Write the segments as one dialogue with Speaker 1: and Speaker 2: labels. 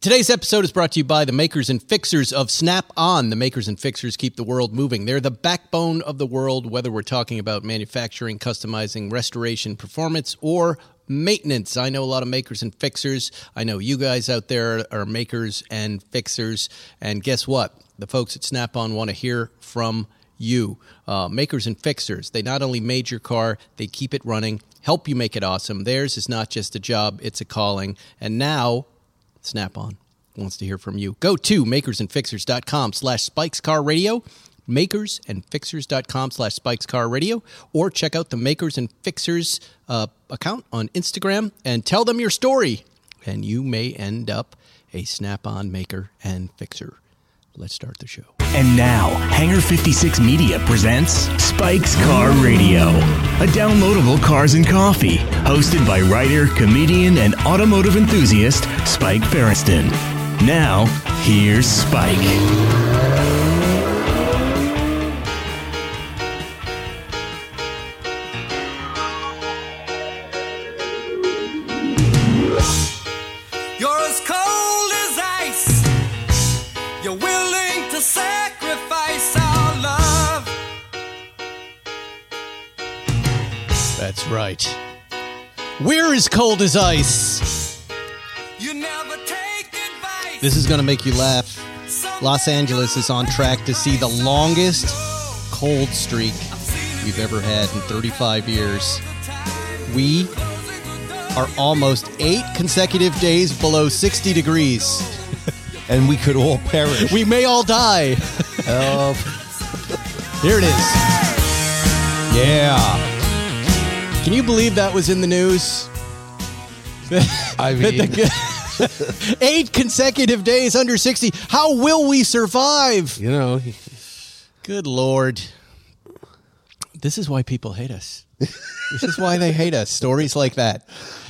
Speaker 1: Today's episode is brought to you by the makers and fixers of Snap On. The makers and fixers keep the world moving. They're the backbone of the world, whether we're talking about manufacturing, customizing, restoration, performance, or maintenance. I know a lot of makers and fixers. I know you guys out there are makers and fixers. And guess what? The folks at Snap On want to hear from you. Uh, makers and fixers, they not only made your car, they keep it running, help you make it awesome. Theirs is not just a job, it's a calling. And now, Snap on wants to hear from you. Go to makersandfixers.com slash spikes car radio, makersandfixers.com slash spikes car radio, or check out the Makers and Fixers uh, account on Instagram and tell them your story. And you may end up a snap on maker and fixer. Let's start the show.
Speaker 2: And now, Hanger 56 Media presents Spike's Car Radio, a downloadable cars and coffee, hosted by writer, comedian, and automotive enthusiast Spike Ferriston. Now, here's Spike.
Speaker 3: You're as cold as ice. You're willing to sacrifice our love.
Speaker 1: That's right. We're as cold as ice.
Speaker 3: You never take advice.
Speaker 1: This is going to make you laugh.
Speaker 3: Something
Speaker 1: Los Angeles is on track to see the longest cold streak
Speaker 3: I've seen it
Speaker 1: we've ever had in 35 years.
Speaker 3: the time.
Speaker 1: We
Speaker 3: Closing the door.
Speaker 1: are almost eight consecutive days below 60 degrees.
Speaker 4: and we could all perish. Oh.
Speaker 1: We may all die.
Speaker 4: of,
Speaker 1: Here it is.
Speaker 4: yeah,
Speaker 1: Can you believe that was in the news?
Speaker 4: I mean,
Speaker 1: Eight consecutive days under 60. How will we survive?
Speaker 4: you know,
Speaker 1: Good Lord. This is why people hate us. this is why they hate us. Stories like that.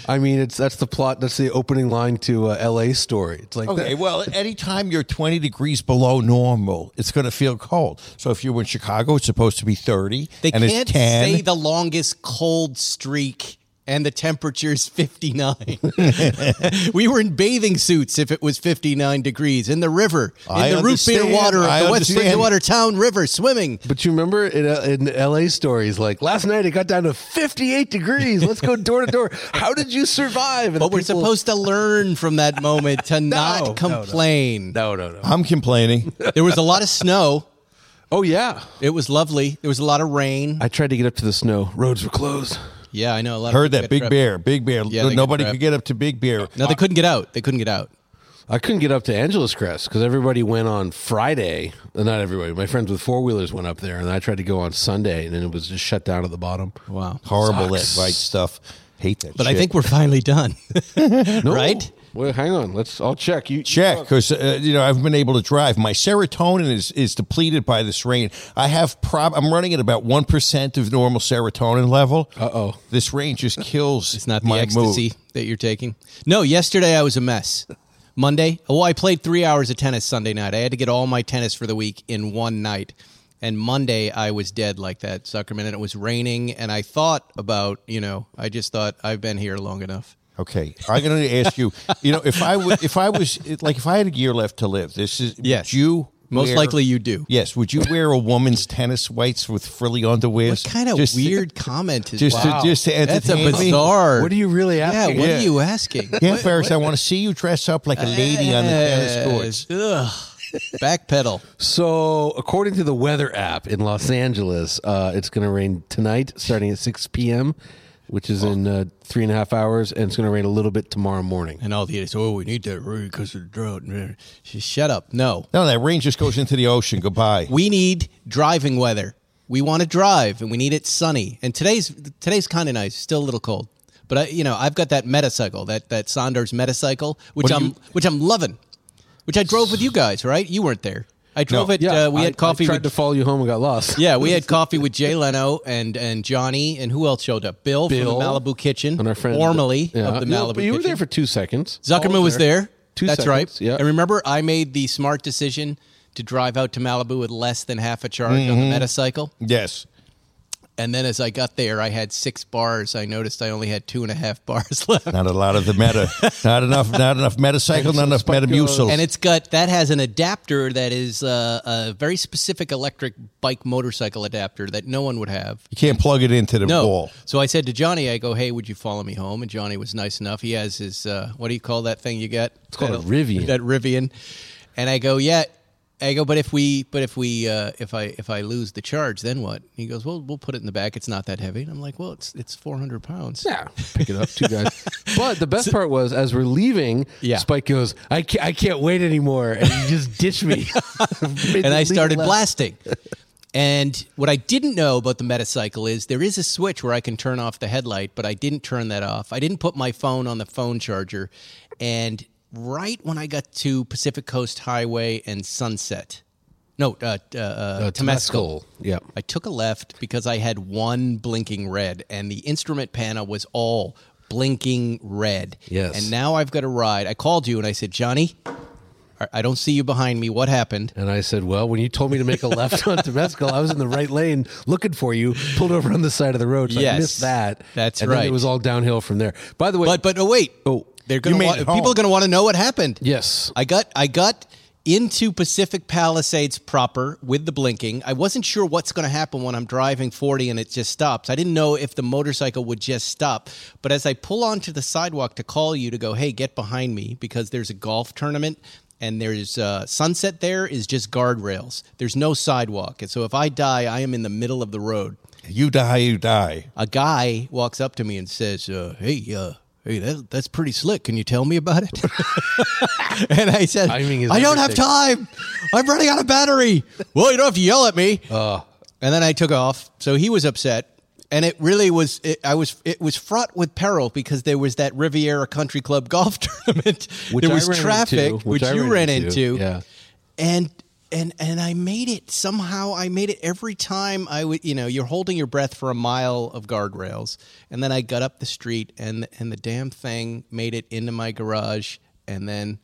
Speaker 4: I mean, it's that's the plot. That's the opening line to uh, L.A. story. It's like,
Speaker 5: Okay, well, anytime you're 20 degrees below normal, it's going to feel cold. So if you were in Chicago, it's supposed to be 30,
Speaker 1: They
Speaker 5: and
Speaker 1: can't
Speaker 5: it's 10.
Speaker 1: say the longest cold streak and the temperature's 59. we were in bathing suits if it was 59 degrees in the river, in
Speaker 5: I
Speaker 1: the root beer
Speaker 5: understand,
Speaker 1: water of
Speaker 5: I
Speaker 1: the West
Speaker 5: understand.
Speaker 1: Bridgewater Town River swimming.
Speaker 4: but you remember in, uh, in L.A. stories, like last night it got down to fifty-eight degrees. Let's go door to door. How did you survive? And
Speaker 1: But we're
Speaker 4: people-
Speaker 1: supposed to learn from that moment to
Speaker 4: no, no.
Speaker 1: not complain.
Speaker 4: No, no, no.
Speaker 5: I'm complaining.
Speaker 1: There was a lot of snow.
Speaker 4: Oh yeah,
Speaker 1: It was lovely. There was a lot of rain.
Speaker 4: I tried to get up to the snow. Roads were closed.
Speaker 1: Yeah, I know. A lot
Speaker 5: Heard
Speaker 1: of
Speaker 5: that Big
Speaker 1: bear.
Speaker 5: Bear, Big Bear.
Speaker 1: Yeah, they got
Speaker 5: Nobody
Speaker 1: trapped.
Speaker 5: could get up to Big Bear.
Speaker 1: No, they couldn't get out. They couldn't get out.
Speaker 4: I couldn't get up to Angeles Crest because everybody went on Friday. Uh, Not everybody. My friends with four wheelers went up there, and I tried to go on Sunday, and then it was just shut down at the bottom.
Speaker 1: Wow.
Speaker 5: Horrible
Speaker 4: Sucks.
Speaker 5: that right stuff. Hate that.
Speaker 1: But I
Speaker 5: shit.
Speaker 1: think we're finally done.
Speaker 4: No.
Speaker 1: Right?
Speaker 4: Well, hang on. Let's. I'll check. You
Speaker 5: check because uh, you know I've been able to drive. My serotonin is is depleted by this rain. I have prob. I'm running at about one percent of normal serotonin level. Uh
Speaker 4: Uh-oh.
Speaker 5: This rain just kills.
Speaker 1: It's not the
Speaker 5: my
Speaker 1: ecstasy
Speaker 5: mood.
Speaker 1: that you're taking. No, yesterday I was a mess. Monday, well, I played three hours of tennis Sunday night. I had to get all my tennis for the week in one night. And Monday I was dead like that, Suckerman, and it was raining. And I thought about, you know, I just thought I've been here long enough.
Speaker 5: Okay, I'm going to ask you. You know, if I would, if I was like, if I had a year left to live, this is
Speaker 1: Yes.
Speaker 5: Would you
Speaker 1: Most
Speaker 5: wear-
Speaker 1: likely you do.
Speaker 5: Yes, would you wear a woman's tennis whites with frilly underwear?
Speaker 1: What kind of
Speaker 5: Just-
Speaker 1: weird comment is
Speaker 5: just to-
Speaker 1: that?
Speaker 5: just to
Speaker 1: That's a
Speaker 5: entertain me?
Speaker 1: bizarre.
Speaker 4: What are you really
Speaker 1: Yeah,
Speaker 4: asking?
Speaker 1: what
Speaker 5: Yeah.
Speaker 1: are you asking?
Speaker 5: Yeah, Ferris, I want to see you dress up like a lady on the tennis courts.
Speaker 1: Backpedal.
Speaker 4: So, according to the weather app in Los Angeles, uh, it's going to rain tonight, starting at 6 p.m., which is in uh, three and a half hours, and it's going to rain a little bit tomorrow morning.
Speaker 1: And all the idiots, oh, we need that rain because of the drought. Just shut up. No.
Speaker 5: No, that rain just goes into the ocean. Goodbye.
Speaker 1: We need driving weather. We want to drive and we need it sunny. And today's today's kind of nice, still a little cold. But I, you know, I've got that metacycle, that that Saunders metacycle, which
Speaker 5: What do
Speaker 1: I'm
Speaker 5: you-
Speaker 1: which I'm loving. Which I drove with you guys, right? You weren't there. I drove it. uh, we
Speaker 4: I-
Speaker 1: had coffee
Speaker 4: I tried
Speaker 1: with
Speaker 4: to follow you home and got lost.
Speaker 1: Yeah, we had coffee with Jay Leno and and Johnny and who else showed up? Bill, from
Speaker 4: Bill
Speaker 1: the Malibu Kitchen,
Speaker 4: and our friend uh,
Speaker 1: formerly
Speaker 4: Yeah.
Speaker 1: of the
Speaker 4: No,
Speaker 1: Malibu
Speaker 4: but you were
Speaker 1: Kitchen.
Speaker 4: there for two seconds.
Speaker 1: Zuckerman
Speaker 4: I
Speaker 1: was there.
Speaker 4: Two
Speaker 1: That's right.
Speaker 4: seconds, yeah.
Speaker 1: And remember, I made the smart
Speaker 4: Mm-hmm.
Speaker 1: decision to drive out to Malibu with less than half a charge on the metacycle.
Speaker 5: Yes.
Speaker 1: And then as I got there, I had six bars. I noticed I only had two and a half bars left.
Speaker 5: Not a lot of the meta. not enough. Not enough metacycle. Not enough metamucil.
Speaker 1: And it's got that has an adapter that is uh, a very specific electric bike motorcycle adapter that no one would have.
Speaker 5: you can't plug it into the
Speaker 1: No.
Speaker 5: wall.
Speaker 1: So I said to Johnny, I go, "Hey, would you follow me home?" And Johnny was nice enough. He has his uh, what do you call that thing you got? It's
Speaker 4: called a Rivian.
Speaker 1: That Rivian. And I go, "Yeah." I go, "But if we, but if we, uh, if I, if I lose the charge, then what?" He goes, "Well, we'll put it in the back. It's not that heavy." And I'm like, "Well, it's it's 400 pounds."
Speaker 4: Yeah, pick it up, two guys. But the best part was, as we're leaving,
Speaker 1: Yeah.
Speaker 4: Spike goes, I can't, I can't wait anymore. And he just ditched me.
Speaker 1: and I started blasting. And what I didn't know about the Metacycle is there is a switch where I can turn off the headlight, but I didn't turn that off. I didn't put my phone on the phone charger. And right when I got to Pacific Coast Highway and Sunset, no, uh, uh, uh, Temescal,
Speaker 4: Yep.
Speaker 1: I took a left because I had one blinking red, and the instrument panel was all blinking red.
Speaker 4: Yes.
Speaker 1: And now I've got a ride. I called you and I said, Johnny, I- I don't see you behind me. What happened?
Speaker 4: And I said, Well, when you told me to make a left on Temescal, I was in the right lane looking for you, pulled over on the side of the road. So I
Speaker 1: Yes,
Speaker 4: missed that.
Speaker 1: that's
Speaker 4: and Then
Speaker 1: right.
Speaker 4: it was all downhill from there. By the way,
Speaker 1: But but oh wait,
Speaker 4: Oh,
Speaker 1: they're gonna
Speaker 5: you made
Speaker 1: wa-
Speaker 5: it home.
Speaker 1: people are gonna want to know what happened.
Speaker 4: Yes.
Speaker 1: I got I got into Pacific Palisades proper with the blinking. I wasn't sure what's going to happen when I'm driving 40 and it just stops. I didn't know if the motorcycle would just stop. But as I pull onto the sidewalk to call you to go, hey, get behind me because there's a golf tournament. And there's uh, sunset. There is just guardrails. There's no sidewalk, and so if I die, I am in the middle of the road
Speaker 5: You die. You die.
Speaker 1: a guy walks up to me and says, uh, "Hey, uh, hey, that, that's pretty slick. Can you tell me about it?" and I said,
Speaker 4: Timing is
Speaker 1: "I don't have
Speaker 4: everything."
Speaker 1: time. I'm running out of battery." well, you don't have to yell at me.
Speaker 4: Oh.
Speaker 1: and then I took off. So he was upset. And it really was. It, I was. It was fraught with peril because there was that Riviera Country Club golf tournament.
Speaker 4: Which
Speaker 1: there
Speaker 4: I
Speaker 1: was
Speaker 4: ran
Speaker 1: traffic,
Speaker 4: into,
Speaker 1: which,
Speaker 4: which I
Speaker 1: you
Speaker 4: ran
Speaker 1: ran,
Speaker 4: into,
Speaker 1: into.
Speaker 4: yeah.
Speaker 1: And and and I made it somehow. I made it every time. I would. You know, you're holding your breath for a mile of guardrails, and then I got up the street, and and the damn thing made it into my garage, and then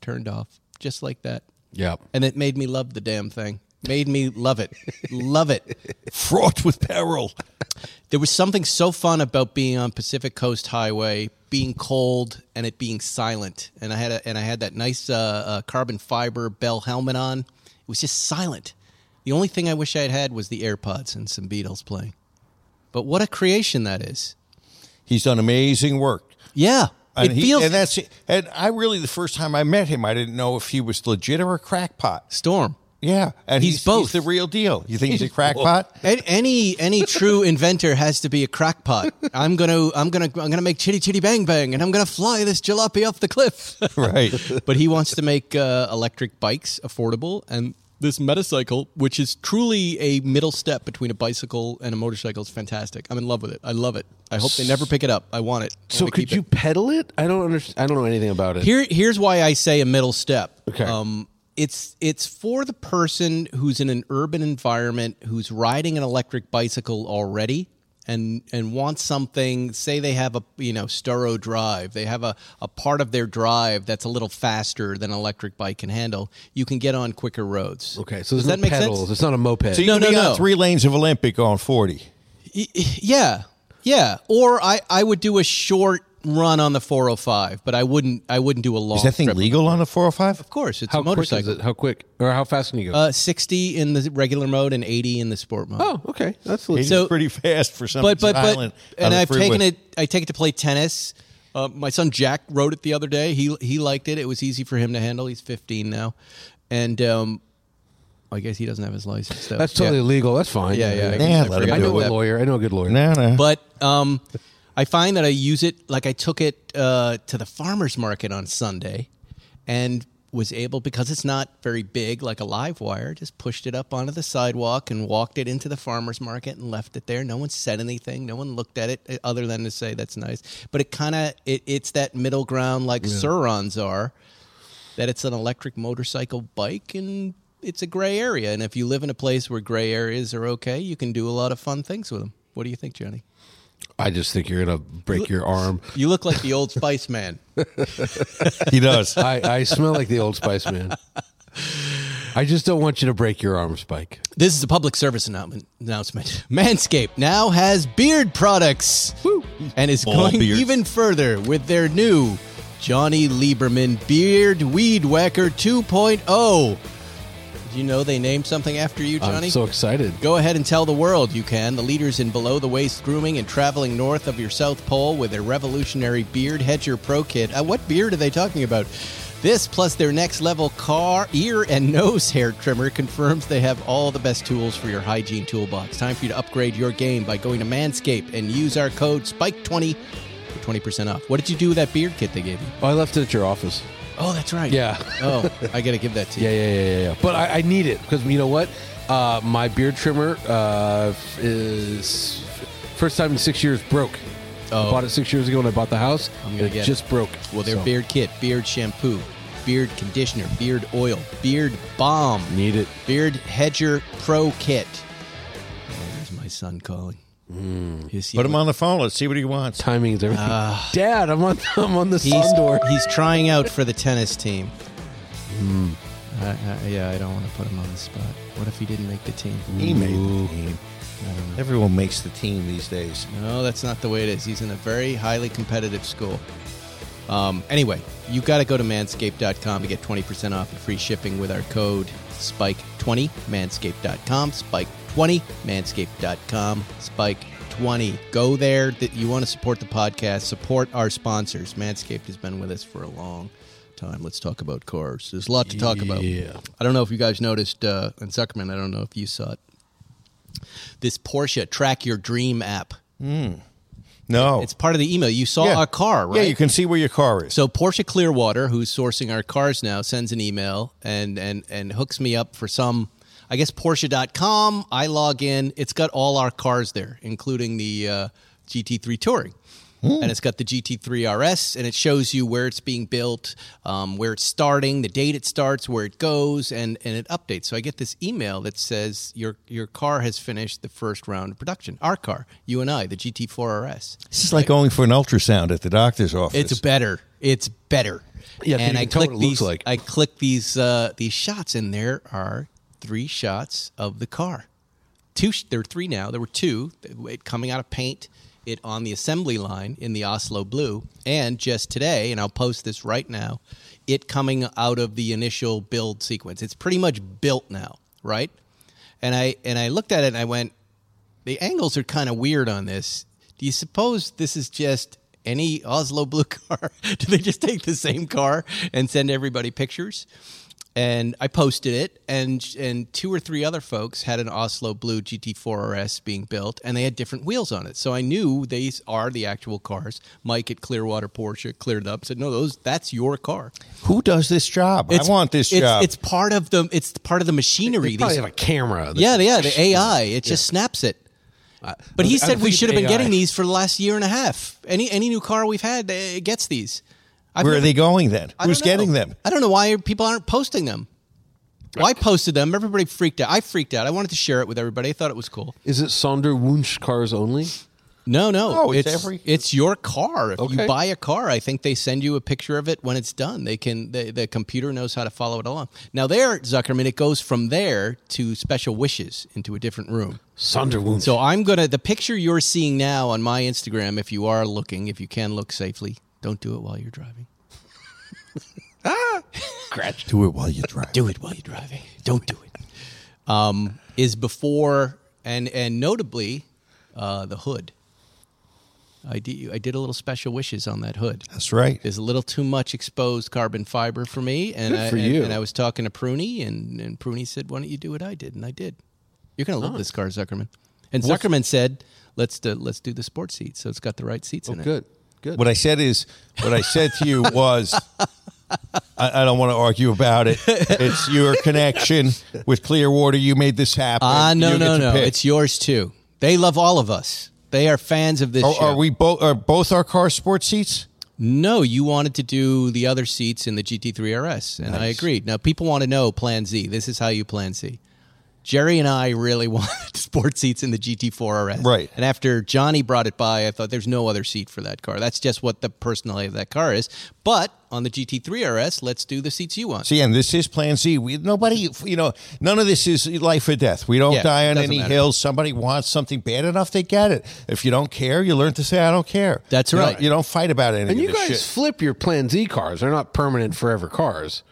Speaker 1: turned off just like that.
Speaker 4: Yep.
Speaker 1: And it made me love the damn thing. Made me love it. love it.
Speaker 5: Fraught with peril.
Speaker 1: There was something so fun about being on Pacific Coast Highway, being cold, and it being silent. And I had a, and I had that nice uh, uh, carbon fiber Bell helmet on. It was just silent. The only thing I wish I had had was the AirPods and some Beatles playing. But what a creation that is!
Speaker 5: He's done amazing work.
Speaker 1: Yeah,
Speaker 5: And
Speaker 1: it
Speaker 5: he,
Speaker 1: feels
Speaker 5: and that's and I really the first time I met him, I didn't know if he was legit or a crackpot.
Speaker 1: storm.
Speaker 5: Yeah, and
Speaker 1: He's both.
Speaker 5: the real deal. You think he's, a crackpot?
Speaker 1: An- Any any true inventor has to be a crackpot. I'm gonna I'm gonna I'm gonna make chitty chitty bang bang, and I'm gonna fly this jalopy off the cliff.
Speaker 5: right.
Speaker 1: but he wants to make uh, electric bikes affordable and this metacycle which is truly a middle step between a bicycle and a motorcycle is fantastic i'm in love with it i love it i hope they never pick it up i want it I
Speaker 4: So
Speaker 1: wanna
Speaker 4: could
Speaker 1: keep
Speaker 4: you
Speaker 1: it.
Speaker 4: pedal it? I don't understand. I don't know anything about it.
Speaker 1: here here's why i say a middle step Um,
Speaker 4: Okay.
Speaker 1: it's it's for the person who's in an urban environment who's riding an electric bicycle already and and wants something say they have a you know Sturo drive they have a, a part of their drive that's a little faster than an electric bike can handle you can get on quicker roads
Speaker 4: okay. So there's
Speaker 1: does
Speaker 4: no
Speaker 1: that make
Speaker 4: pedals.
Speaker 1: sense
Speaker 4: It's not a moped.
Speaker 5: So you
Speaker 1: No,
Speaker 5: can
Speaker 1: no,
Speaker 5: be on
Speaker 1: no.
Speaker 5: three lanes of Olympic on forty.
Speaker 1: yeah yeah or I I would do a short run on the 405 but I wouldn't I wouldn't do a long
Speaker 5: Is that thing
Speaker 1: trip.
Speaker 5: legal on a four hundred five?
Speaker 1: of course it's
Speaker 4: how
Speaker 1: a
Speaker 4: quick
Speaker 1: motorcycle
Speaker 4: is it? How quick or how fast can you go?
Speaker 1: Uh, 60 in the regular mode and 80 in the sport mode.
Speaker 4: oh, okay. That's legit.
Speaker 5: It's
Speaker 1: So-
Speaker 5: pretty fast for some
Speaker 1: but but
Speaker 5: island
Speaker 1: but
Speaker 5: on
Speaker 1: and
Speaker 5: the
Speaker 1: I've
Speaker 5: freeway.
Speaker 1: taken it I take it to play tennis. Uh, my son Jack rode it the other day. He he liked it. It was easy for him to handle. He's 15 now. And um I guess he doesn't have his license though.
Speaker 4: That's totally
Speaker 1: Yeah.
Speaker 4: illegal. That's fine.
Speaker 1: Yeah, yeah.
Speaker 5: Yeah,
Speaker 1: I
Speaker 5: let
Speaker 1: forgot
Speaker 5: him
Speaker 4: I know
Speaker 5: do
Speaker 1: about
Speaker 4: a
Speaker 1: that.
Speaker 4: lawyer. I know a good lawyer.
Speaker 5: No, no.
Speaker 1: But um, I find that I use it like I took it uh, to the farmers market on Sunday, and was able because it's not very big like a live wire. Just pushed it up onto the sidewalk and walked it into the farmers market and left it there. No one said anything. No one looked at it uh, other than to say that's nice. But it kind of it, it's that middle ground like Surons are, that it's an electric motorcycle bike and. It's a gray area, and if you live in a place where gray areas are okay, you can do a lot of fun things with them. What do you think, Johnny?
Speaker 4: I just think you're gonna break your arm.
Speaker 1: You look like the old Spice Man.
Speaker 5: he does.
Speaker 4: I, I smell like the old Spice Man. I just don't want you to break your arm, Spike.
Speaker 1: This is a public service annou- announcement. Manscaped now has beard products and is
Speaker 5: All
Speaker 1: going
Speaker 5: beards.
Speaker 1: even further with their new Johnny Lieberman Beard Weed Whacker 2.0. Do you know they named something after you, Johnny?
Speaker 4: I'm so excited.
Speaker 1: Go ahead and tell the world you can. The leaders in below the waist grooming and traveling north of your South Pole with their revolutionary Beard Hedger Pro Kit. Uh, what beard are they talking about? This plus their next level car ear and nose hair trimmer confirms they have all the best tools for your hygiene toolbox. Time for you to upgrade your game by going to Manscaped and use our code SPIKE20 for 20% off. What did you do with that beard kit they gave you?
Speaker 4: Oh, I left it at your office.
Speaker 1: Oh, that's right.
Speaker 4: Yeah.
Speaker 1: Oh, I got to give that to you.
Speaker 4: Yeah, yeah, yeah, yeah. yeah. But I, I need it because you know what? Uh, my beard trimmer uh, f- is first time in six years broke.
Speaker 1: Oh.
Speaker 4: I bought it six years ago when I bought the house. I'm
Speaker 1: gonna
Speaker 4: it
Speaker 1: get it.
Speaker 4: just broke.
Speaker 1: Well, their
Speaker 4: So,
Speaker 1: beard kit, beard shampoo, beard conditioner, beard oil, beard balm,
Speaker 4: need it.
Speaker 1: beard hedger pro kit. Oh, there's my son calling.
Speaker 4: Hmm.
Speaker 1: He's,
Speaker 5: Put him on the phone. Let's see what he wants.
Speaker 4: Timing is everything. Dad, I'm on. I'm on the
Speaker 1: Uh, He's,
Speaker 4: sun door.
Speaker 1: he's trying out for the tennis team.
Speaker 4: Hmm.
Speaker 1: I- I- yeah, I don't want to put him on the spot. What if he didn't make the team?
Speaker 4: Hmm.
Speaker 5: He made the team. Everyone makes the team these days.
Speaker 1: No, that's not the way it is. He's in a very highly competitive school. Um, anyway, you got to go to manscaped.com to get 20% off and free shipping with our code SPIKE20, manscaped.com, SPIKE20, manscaped.com, SPIKE20. Go there. That You want to support the podcast, support our sponsors. Manscaped has been with us for a long time. Let's talk about cars. There's a lot to talk about.
Speaker 4: Yeah.
Speaker 1: I don't know if you guys noticed, uh, and Zuckerman, I don't know if you saw it. This Porsche Track Your Dream app.
Speaker 5: No.
Speaker 1: It's part of the email. You saw
Speaker 5: Oh. Yeah.
Speaker 1: our car, right?
Speaker 5: Yeah, you can see where your car is.
Speaker 1: So Porsche Clearwater, who's sourcing our cars now, sends an email and and and hooks me up for some I guess Porsche.com. I log in. It's got all our cars there, including the uh, GT3 Touring.
Speaker 5: Hmm.
Speaker 1: And it's got the GT3 RS, and it shows you where it's being built, um, where it's starting, the date it starts, where it goes, and, and it updates. So I get this email that says your your car has finished the first round of production. Our car, you and I, the GT4 RS.
Speaker 5: this is like going for an ultrasound at the doctor's office.
Speaker 1: It's better. It's better.
Speaker 4: Yeah,
Speaker 1: and
Speaker 4: you
Speaker 1: I
Speaker 4: can tell what
Speaker 1: click
Speaker 4: it looks
Speaker 1: these.
Speaker 4: like.
Speaker 1: I click these uh, these shots, and there are three shots of the car. Two. sh- There are three now. There were two. It coming out of paint. It on the assembly line in the Oslo blue, and just today, and I'll post this right now. It coming out of the initial build sequence. It's pretty much built now, right? And I and I looked at it and I went, the angles are kind of weird on this. Do you suppose this is just any Oslo blue car? Do they just take the same car and send everybody pictures? And I posted it, and and two or three other folks had an Oslo blue GT4 RS being built, and they had different wheels on it. So I knew these are the actual cars. Mike at Clearwater Porsche cleared up, said, "No, those that's your car.
Speaker 5: Who does this job? I
Speaker 1: It's-
Speaker 5: want this
Speaker 1: it's,
Speaker 5: job.
Speaker 1: It's part of the it's part of the machinery.
Speaker 4: They
Speaker 1: These-
Speaker 4: probably have a camera. that-
Speaker 1: yeah, yeah, the AI. It just snaps it. But he
Speaker 4: I don't
Speaker 1: said we
Speaker 4: think
Speaker 1: should have been
Speaker 4: AI.
Speaker 1: getting these for the last year and a half. Any any new car we've had uh, gets these. I've
Speaker 5: where are
Speaker 1: never-
Speaker 5: they going then?
Speaker 1: I don't
Speaker 5: Who's
Speaker 1: know.
Speaker 5: getting them?
Speaker 1: I don't know why people aren't posting them. Well, I posted them. Everybody freaked out. I freaked out. I wanted to share it with everybody. I thought it was cool.
Speaker 4: Is it Sonder Wunsch cars only?
Speaker 1: No, no,
Speaker 5: No, it's
Speaker 1: it's
Speaker 5: every-
Speaker 1: it's your car. If you
Speaker 4: Okay.
Speaker 1: buy a car, I think they send you a picture of it when it's done. They can the, the computer knows how to follow it along. Now there, Zuckerman, it goes from there to special wishes into a different room.
Speaker 4: Sonder Wunsch.
Speaker 1: So I'm gonna the picture you're seeing now on my Instagram. If you are looking, if you can look safely, don't do it while you're driving.
Speaker 5: Do it while you drive.
Speaker 1: Do it while you're driving. Don't do it. Um, is before and and notably uh, the hood. I did I did a little special wishes on that hood.
Speaker 5: That's right.
Speaker 1: There's a little too much exposed carbon fiber for me, and
Speaker 4: Good
Speaker 1: I
Speaker 4: for
Speaker 1: and,
Speaker 4: you.
Speaker 1: and I was talking to Pruny, and and Pruny said, "Why don't you do what I did?" And I did. You're gonna love this car, Zuckerman. And Zuckerman said, "Let's do, let's do the sports seats, so it's got the right seats
Speaker 5: Oh,
Speaker 1: in it."
Speaker 4: good, good.
Speaker 5: What I said is, what I said to you was, I, I don't want to argue about it. It's your connection with Clearwater. You made this happen.
Speaker 1: Ah, no,
Speaker 5: You
Speaker 1: no,
Speaker 5: get to
Speaker 1: no.
Speaker 5: pick.
Speaker 1: It's yours too. They love all of us. They are fans of this
Speaker 5: Oh, Are,
Speaker 1: show.
Speaker 5: are we both? Are both our cars sports seats?
Speaker 1: No, you wanted to do the other seats in the GT3 RS, and I agreed. Now, people want to know Plan Z. This is how you plan Z. Jerry and I really wanted sports seats in the GT4 RS.
Speaker 5: Right.
Speaker 1: And after Johnny brought it by, I thought there's no other seat for that car. That's just what the personality of that car is. But on the GT3 RS, let's do the seats you want.
Speaker 5: See, and this is Plan Z. We nobody, you know, none of this is life or death. We don't
Speaker 1: Yeah,
Speaker 5: die on
Speaker 1: doesn't
Speaker 5: any
Speaker 1: matter.
Speaker 5: hill. Somebody wants something bad enough, they get it. If you don't care, you learn to say, "I don't care."
Speaker 1: That's
Speaker 5: You don't-
Speaker 1: right.
Speaker 5: you don't fight about anything.
Speaker 4: And you guys
Speaker 5: shit.
Speaker 4: flip your Plan Z cars. They're not permanent forever cars.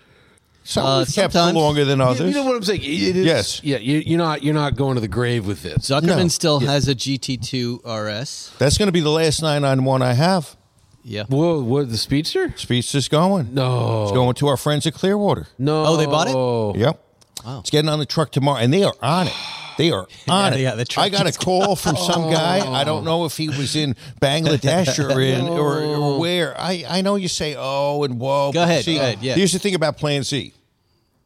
Speaker 5: some
Speaker 1: Uh,
Speaker 5: we've kept
Speaker 1: sometimes-
Speaker 5: longer than
Speaker 4: You,
Speaker 5: others.
Speaker 4: you know what I'm saying? It is-
Speaker 5: Yes.
Speaker 4: Yeah. You, you're not. You're not going to the grave with this.
Speaker 1: Zuckerman
Speaker 5: No.
Speaker 1: still has a GT2 RS.
Speaker 5: That's going to be the last nine on one I have.
Speaker 1: Yeah.
Speaker 4: Whoa! What the speedster?
Speaker 5: Speech is going.
Speaker 4: No.
Speaker 5: it's going to our friends at Clearwater.
Speaker 4: No.
Speaker 1: Oh, they bought it?
Speaker 5: Yep. It's getting on the truck tomorrow, and they are on it. They are on
Speaker 1: yeah,
Speaker 5: it.
Speaker 1: the truck
Speaker 5: I got a
Speaker 1: is- Oh.
Speaker 5: call from some guy. I don't know if he was in Bangladesh or in or, or where. I, I know you say oh and whoa.
Speaker 1: Oh. Go
Speaker 5: but
Speaker 1: ahead,
Speaker 5: see,
Speaker 1: go ahead, yeah.
Speaker 5: Here's the thing about Plan Z.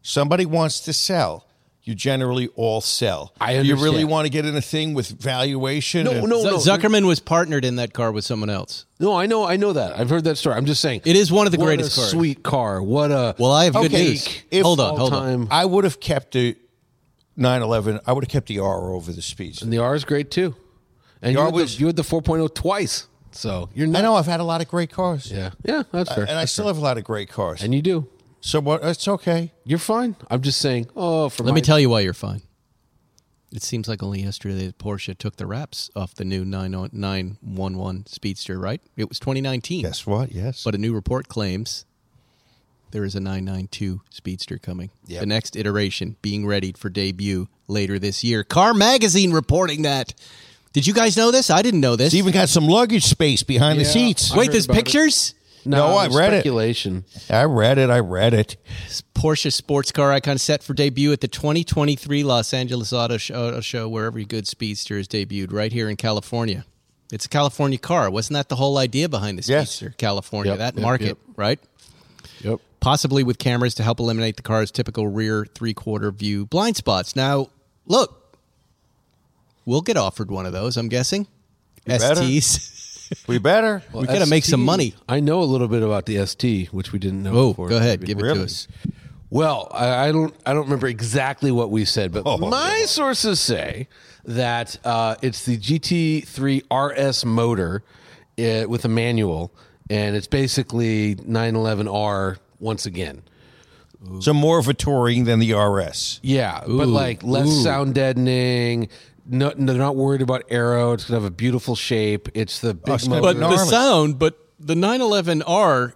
Speaker 5: Somebody wants to sell. You generally all sell.
Speaker 4: I
Speaker 5: You really
Speaker 4: understand.
Speaker 5: want to get in a thing with valuation.
Speaker 4: No,
Speaker 5: and-
Speaker 4: no,
Speaker 1: Zu-
Speaker 4: no.
Speaker 1: Zuckerman was partnered in that car with someone else.
Speaker 4: No, I know, I know that. I've heard that story. I'm just saying,
Speaker 1: It is one of the
Speaker 4: what
Speaker 1: greatest
Speaker 4: a
Speaker 1: cars.
Speaker 4: Sweet car. What a
Speaker 1: Well, I have good
Speaker 5: Okay,
Speaker 1: news.
Speaker 5: if
Speaker 1: hold on,
Speaker 4: all
Speaker 1: hold on.
Speaker 4: time.
Speaker 5: I would have kept the 911. I would have kept the R over the speed.
Speaker 4: And the R is great too. And
Speaker 5: The
Speaker 4: you
Speaker 5: R
Speaker 4: had,
Speaker 5: was-
Speaker 4: the, you had the 4.0 twice, so you're
Speaker 5: I
Speaker 4: not.
Speaker 5: know I've had a lot of great cars.
Speaker 4: Yeah, yeah, that's fair.
Speaker 5: and I still have a lot of great cars.
Speaker 4: and you do.
Speaker 5: so what? It's okay.
Speaker 4: You're fine. I'm just saying. Oh, for
Speaker 1: Let
Speaker 4: my,
Speaker 1: me tell you why you're fine. It seems like only yesterday that Porsche took the wraps off the new oh, 911 Speedster, right? It was 2019.
Speaker 5: Guess what? Yes.
Speaker 1: But a new report claims there is a 992 Speedster coming.
Speaker 5: Yep.
Speaker 1: The next iteration being ready for debut later this year. Car Magazine reporting that. Did you guys know this? I didn't know this.
Speaker 5: it's even got some luggage space behind the
Speaker 4: Yeah.
Speaker 5: seats.
Speaker 1: Wait,
Speaker 4: heard
Speaker 1: there's
Speaker 4: about it.
Speaker 1: pictures?
Speaker 5: No, I
Speaker 4: it's
Speaker 5: read it.
Speaker 4: speculation.
Speaker 5: I read it. I read it.
Speaker 1: Porsche sports car icon set for debut at the 2023 Los Angeles Auto Show, Auto Show where every good speedster is debuted, right here in California. It's a California car. Wasn't that the whole idea behind the
Speaker 5: Yes.
Speaker 1: speedster? California,
Speaker 4: Yep,
Speaker 1: that
Speaker 4: yep,
Speaker 1: market,
Speaker 4: yep.
Speaker 1: right?
Speaker 4: Yep.
Speaker 1: Possibly with cameras to help eliminate the car's typical rear three quarter view blind spots. Now, look, we'll get offered one of those, I'm guessing.
Speaker 5: better.
Speaker 1: STs.
Speaker 5: We better.
Speaker 1: we got to make some
Speaker 4: ST.
Speaker 1: money.
Speaker 4: I know a little bit about the ST, which we didn't know.
Speaker 1: Oh,
Speaker 4: before.
Speaker 1: go ahead.
Speaker 4: Maybe.
Speaker 1: Give it
Speaker 5: Really?
Speaker 1: to us.
Speaker 4: Well, I, I don't. I don't remember exactly what we said, but
Speaker 1: Oh,
Speaker 4: my sources say that uh, it's the GT3 RS motor uh, with a manual, and it's basically 911R once again.
Speaker 5: So more of a touring than the RS.
Speaker 4: Yeah, but like less sound deadening. No, no, they're not worried about aero. It's gonna have a beautiful shape. It's the big
Speaker 5: it's gonna be
Speaker 1: Oh, but
Speaker 4: motor.
Speaker 5: gnarly.
Speaker 1: the
Speaker 5: gnarly.
Speaker 1: sound, but the 911R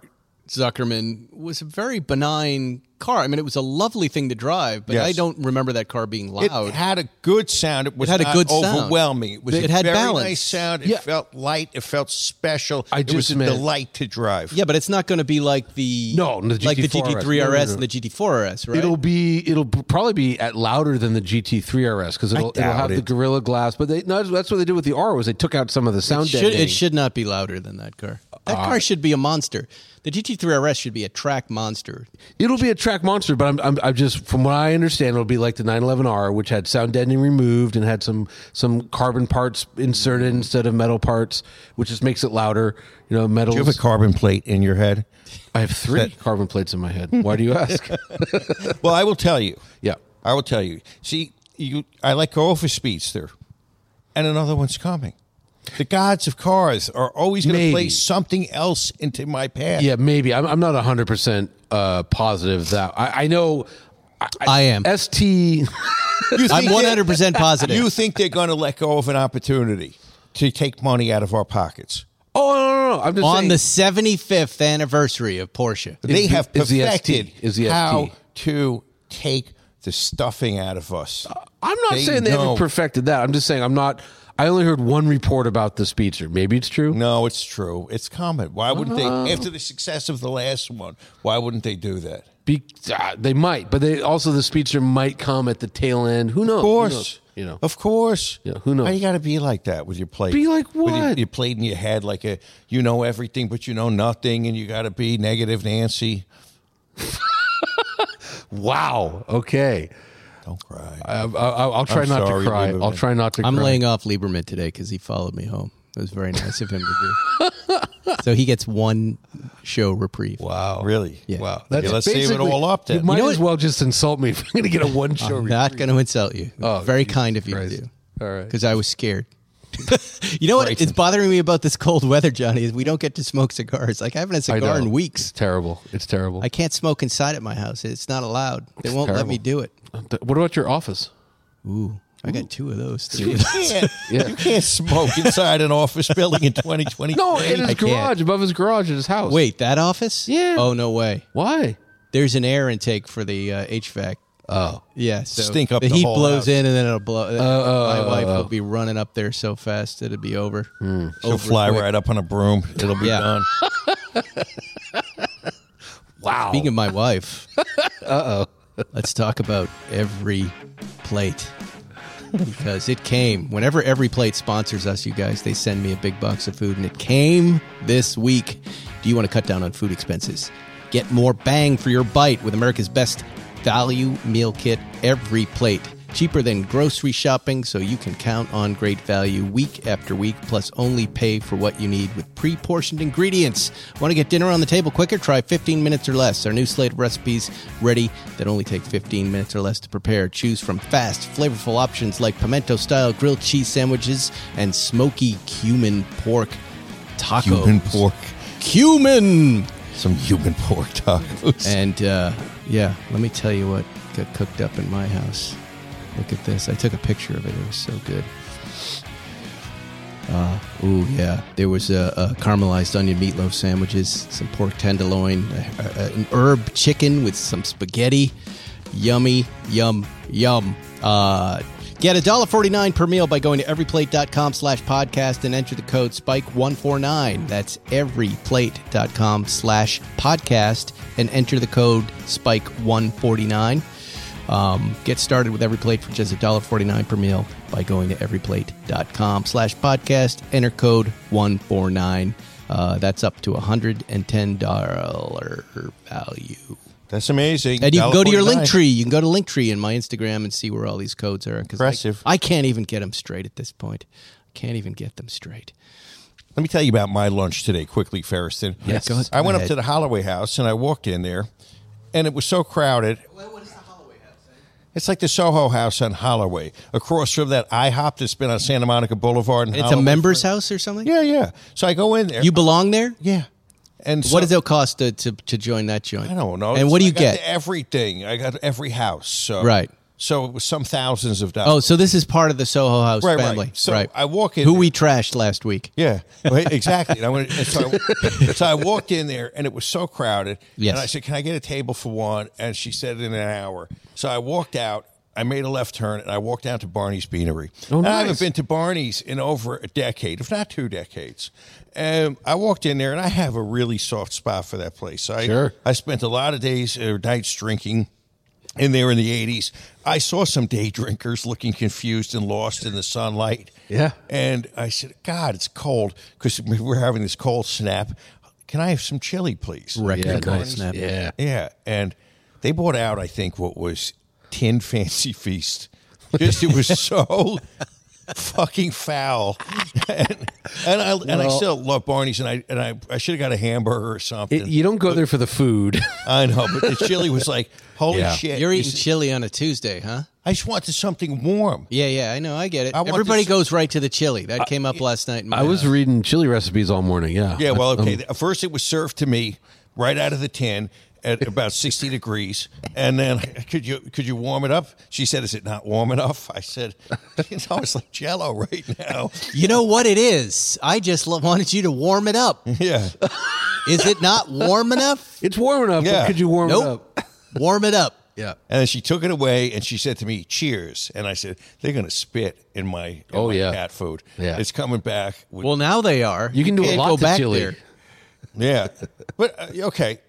Speaker 1: Zuckerman was a very benign car. I mean, it was a lovely thing to drive, but
Speaker 5: Yes.
Speaker 1: I don't remember that car being
Speaker 5: It
Speaker 1: loud.
Speaker 5: had a good sound. It was
Speaker 1: It had a
Speaker 5: not
Speaker 1: good sound.
Speaker 5: overwhelming. It was
Speaker 1: It
Speaker 5: a
Speaker 1: had
Speaker 5: very
Speaker 1: balance.
Speaker 5: nice sound. It
Speaker 4: Yeah.
Speaker 5: felt light. It felt special.
Speaker 4: I
Speaker 5: it was
Speaker 4: just
Speaker 5: a
Speaker 4: meant-
Speaker 5: delight to drive.
Speaker 1: yeah, but it's not going to be like the
Speaker 4: No, the
Speaker 1: like the
Speaker 4: GT4
Speaker 1: GT3
Speaker 4: RS.
Speaker 1: RS
Speaker 4: No, no, no.
Speaker 1: and the GT4 RS, right?
Speaker 4: It'll be it'll p- probably be at louder than the GT3 RS because it'll, it'll
Speaker 5: doubt
Speaker 4: have the
Speaker 5: it.
Speaker 4: Gorilla Glass. But they, no, that's what they did with the R was they took out some of the sound.
Speaker 1: It should,
Speaker 4: deadening.
Speaker 1: it should not be louder than that car. That car should be a monster. The GT3 RS should be a track monster.
Speaker 4: It'll be a track monster, but I'm, I'm, I'm just from what I understand, it'll be like the 911R, which had sound deadening removed and had some some carbon parts inserted instead of metal parts, which just makes it louder. You know, metal.
Speaker 5: Do you have a carbon plate in your head?
Speaker 4: I have three carbon plates in my head. Why do you ask?
Speaker 5: Well, I will tell you.
Speaker 4: yeah,
Speaker 5: I will tell you. See, you, I let go of a speedster, and another one's coming. The gods of cars are always going to
Speaker 4: Maybe.
Speaker 5: place something else into my path.
Speaker 4: yeah, maybe. I'm, I'm not 100 percent uh, positive that I, I know.
Speaker 1: I am.
Speaker 4: ST.
Speaker 5: You
Speaker 1: I'm
Speaker 5: think they-
Speaker 1: 100% positive.
Speaker 5: You think they're going to let go of an opportunity to take money out of our pockets?
Speaker 4: Oh no, no, no! I'm just
Speaker 1: On
Speaker 4: saying,
Speaker 1: the 75th anniversary of Porsche.
Speaker 5: they
Speaker 4: the-
Speaker 5: have
Speaker 4: is the ST,
Speaker 5: perfected
Speaker 4: is the ST.
Speaker 5: how to take the stuffing out of us.
Speaker 4: I'm not
Speaker 5: they
Speaker 4: saying they
Speaker 5: know.
Speaker 4: haven't perfected that. I'm just saying I'm not. I only heard one report about the speedster. Maybe it's true.
Speaker 5: No, it's true. It's common. Why wouldn't
Speaker 4: Uh-huh.
Speaker 5: they? After the success of the last one, why wouldn't they do that?
Speaker 4: Be, ah, they might, but they also the speedster might come at the tail end. Who knows?
Speaker 5: Of course.
Speaker 4: you know.
Speaker 5: Of course.
Speaker 4: Yeah, who knows?
Speaker 5: Why you got to be like that with your plate?
Speaker 4: Be like
Speaker 5: With your,
Speaker 4: what?
Speaker 5: your plate in your head, like a you know everything, but you know nothing, and you got to be negative Nancy.
Speaker 4: Wow. Okay.
Speaker 5: Don't cry.
Speaker 4: I, will uh, try
Speaker 5: I'm
Speaker 4: not
Speaker 5: sorry,
Speaker 4: to cry.
Speaker 5: Lieberman.
Speaker 4: I'll try not to.
Speaker 1: I'm
Speaker 4: cry.
Speaker 1: laying off Lieberman today because he followed me home. It was very nice of him to do. so he gets one show reprieve.
Speaker 5: Wow. Really?
Speaker 1: Yeah.
Speaker 5: Wow. Okay, let's save it
Speaker 4: basically-
Speaker 5: all up
Speaker 4: You
Speaker 5: then.
Speaker 4: might
Speaker 1: know
Speaker 4: as
Speaker 1: what-
Speaker 4: well just insult me if I'm going to get a one show
Speaker 1: I'm
Speaker 4: review.
Speaker 1: not going to insult you.
Speaker 4: Oh,
Speaker 1: Very
Speaker 4: Jesus
Speaker 1: kind of you
Speaker 4: Christ.
Speaker 1: to do.
Speaker 4: All right.
Speaker 1: Because I was scared. you know what? It's bothering me about this cold weather, Johnny, is we don't get to smoke cigars. Like, I haven't had a
Speaker 4: I
Speaker 1: cigar
Speaker 4: know.
Speaker 1: in weeks.
Speaker 4: It's terrible. It's terrible.
Speaker 1: I can't smoke inside at my house. It's not allowed. They won't let me do
Speaker 4: terrible.
Speaker 1: it.
Speaker 4: what about your office?
Speaker 1: Ooh, I got two of those.
Speaker 5: You
Speaker 1: Three.
Speaker 5: can't, you can't smoke inside an office building in 2020.
Speaker 4: No, in his
Speaker 1: I can't.
Speaker 4: garage, above his garage at his house.
Speaker 1: Wait, that office?
Speaker 4: Yeah.
Speaker 1: Oh, no way.
Speaker 4: why?
Speaker 1: There's an air intake for the uh, HVAC. Oh. Yeah. So
Speaker 5: Stink up
Speaker 1: the
Speaker 5: the
Speaker 1: heat
Speaker 5: whole
Speaker 1: blows
Speaker 5: house. Oh,
Speaker 1: in and then it'll blow. my wife will be running up there so fast it'll be over.
Speaker 5: Hmm. She'll fly right up on a broom. It'll be
Speaker 1: Yeah.
Speaker 5: done.
Speaker 4: Wow.
Speaker 1: Speaking of my wife, uh oh. Let's talk about every plate because it came. Whenever every plate sponsors us, you guys, they send me a big box of food, and it came this week. Do you want to cut down on food expenses? Get more bang for your bite with America's best value meal kit. Every plate. Cheaper than grocery shopping, so you can count on great value week after week, plus only pay for what you need with pre portioned ingredients. Want to get dinner on the table quicker? Try 15 minutes or less. Our new slate of recipes ready that only take 15 minutes or less to prepare. Choose from fast, flavorful options like pimento style grilled cheese sandwiches and smoky cumin pork tacos.
Speaker 5: Cuban pork.
Speaker 1: Cumin!
Speaker 5: Some Cuban pork tacos.
Speaker 1: And uh, yeah, let me tell you what got cooked up in my house. Look at this. I took a picture of it. It was so good. Uh, ooh, yeah. There was a, a caramelized onion meatloaf sandwiches, some pork tenderloin, a, a- an herb chicken with some spaghetti. Yummy, yum, yum. Uh, get $1.49 per meal by going to everyplate.com slash podcast and enter the code SPIKE149. That's everyplate.com slash podcast and enter the code SPIKE149. Um, get started with every plate for just $1.49 per meal by going to everyplate.com slash podcast. Enter code 149. Uh, that's up to $110 value.
Speaker 5: That's amazing.
Speaker 1: And you can go to your link
Speaker 5: $1.49.
Speaker 1: tree. You can go to link tree in my Instagram and see where all these codes are. 'cause I-
Speaker 5: Impressive.
Speaker 1: I, can't even get them straight at this point. I can't even get them straight.
Speaker 5: Let me tell you about my lunch today, quickly, Ferriston.
Speaker 1: Yes. Go ahead.
Speaker 5: I went
Speaker 1: Go
Speaker 5: up
Speaker 1: ahead.
Speaker 5: to the Holloway house and I walked in there, and it was so crowded. It's like the Soho House on Holloway, across from that IHOP that's been on Santa Monica Boulevard. And
Speaker 1: It's a
Speaker 5: Holloway.
Speaker 1: member's house or something?
Speaker 5: Yeah, yeah. So I go in there.
Speaker 1: You belong there?
Speaker 5: yeah. And so,
Speaker 1: What does it cost to, to, to join that joint?
Speaker 5: I don't know.
Speaker 1: And what do
Speaker 5: I
Speaker 1: you
Speaker 5: got
Speaker 1: get?
Speaker 5: to Everything. I got every house. So
Speaker 1: Right.
Speaker 5: So it was some thousands of
Speaker 1: Oh,
Speaker 5: dollars.
Speaker 1: so this is part of the Soho House
Speaker 5: Right, right.
Speaker 1: family.
Speaker 5: So I walk in
Speaker 1: Who
Speaker 5: there-
Speaker 1: we trashed last week.
Speaker 5: Yeah, Right, exactly. And I went, and so, I, so I walked in there, and it was so crowded.
Speaker 1: Yes.
Speaker 5: And I said, "Can I get a table for one?" And she said, "In an hour." So I walked out. I made a left turn, and I walked down to Barney's Beanery. Oh, I haven't
Speaker 4: nice.
Speaker 5: been to Barney's in over a decade, if not two decades. And I walked in there, and I have a really soft spot for that place. I,
Speaker 4: Sure.
Speaker 5: I spent a lot of days or nights drinking in there in the 80s. I saw some day drinkers looking confused and lost in the sunlight.
Speaker 4: Yeah.
Speaker 5: And I said, God, it's cold because we're having this cold snap. Can I have some chili, please?
Speaker 1: Record
Speaker 4: yeah,
Speaker 1: cold
Speaker 4: nice.
Speaker 1: snap.
Speaker 4: Yeah.
Speaker 5: Yeah. And they brought out, I think, what was Tin Fancy Feast. Just, it was so fucking foul. and, and I and I
Speaker 4: Well-
Speaker 5: still love Barney's, and I and I, I should have got a hamburger or something.
Speaker 4: It- you don't go there for the food.
Speaker 5: I know, but the chili was like, holy
Speaker 4: Yeah.
Speaker 5: shit!
Speaker 1: You're
Speaker 5: this
Speaker 1: eating
Speaker 5: is-
Speaker 1: chili on a Tuesday, huh?
Speaker 5: I just wanted something warm.
Speaker 1: Yeah, yeah, I know, I get it.
Speaker 5: I want
Speaker 1: Everybody
Speaker 5: this-
Speaker 1: goes right to the chili. That came up last night. In my
Speaker 4: I was
Speaker 1: house.
Speaker 4: reading chili recipes all morning. Yeah.
Speaker 5: Yeah, well, okay. At First, it was served to me right out of the tin at about sixty degrees, and then could you could you warm it up? She said, "Is it not warm enough?" I said, "It's almost like Jello right now."
Speaker 1: You know what it is? I just lo- wanted you to warm it up.
Speaker 5: Yeah,
Speaker 1: Is it not warm enough?
Speaker 4: It's warm enough.
Speaker 5: Yeah.
Speaker 4: But could you warm it
Speaker 1: Nope.
Speaker 4: up?
Speaker 1: Warm it up.
Speaker 4: Yeah.
Speaker 5: and then she took it away, and she said to me, "Cheers!" And I said, "They're going to spit in my in
Speaker 4: Oh,
Speaker 5: my
Speaker 4: yeah.
Speaker 5: cat food.
Speaker 4: Yeah.
Speaker 5: it's coming back." With,
Speaker 1: Well, now they are.
Speaker 4: You can do
Speaker 1: can't
Speaker 4: a lot
Speaker 1: go
Speaker 4: to
Speaker 1: back
Speaker 4: chili.
Speaker 1: there.
Speaker 5: yeah, but uh, okay,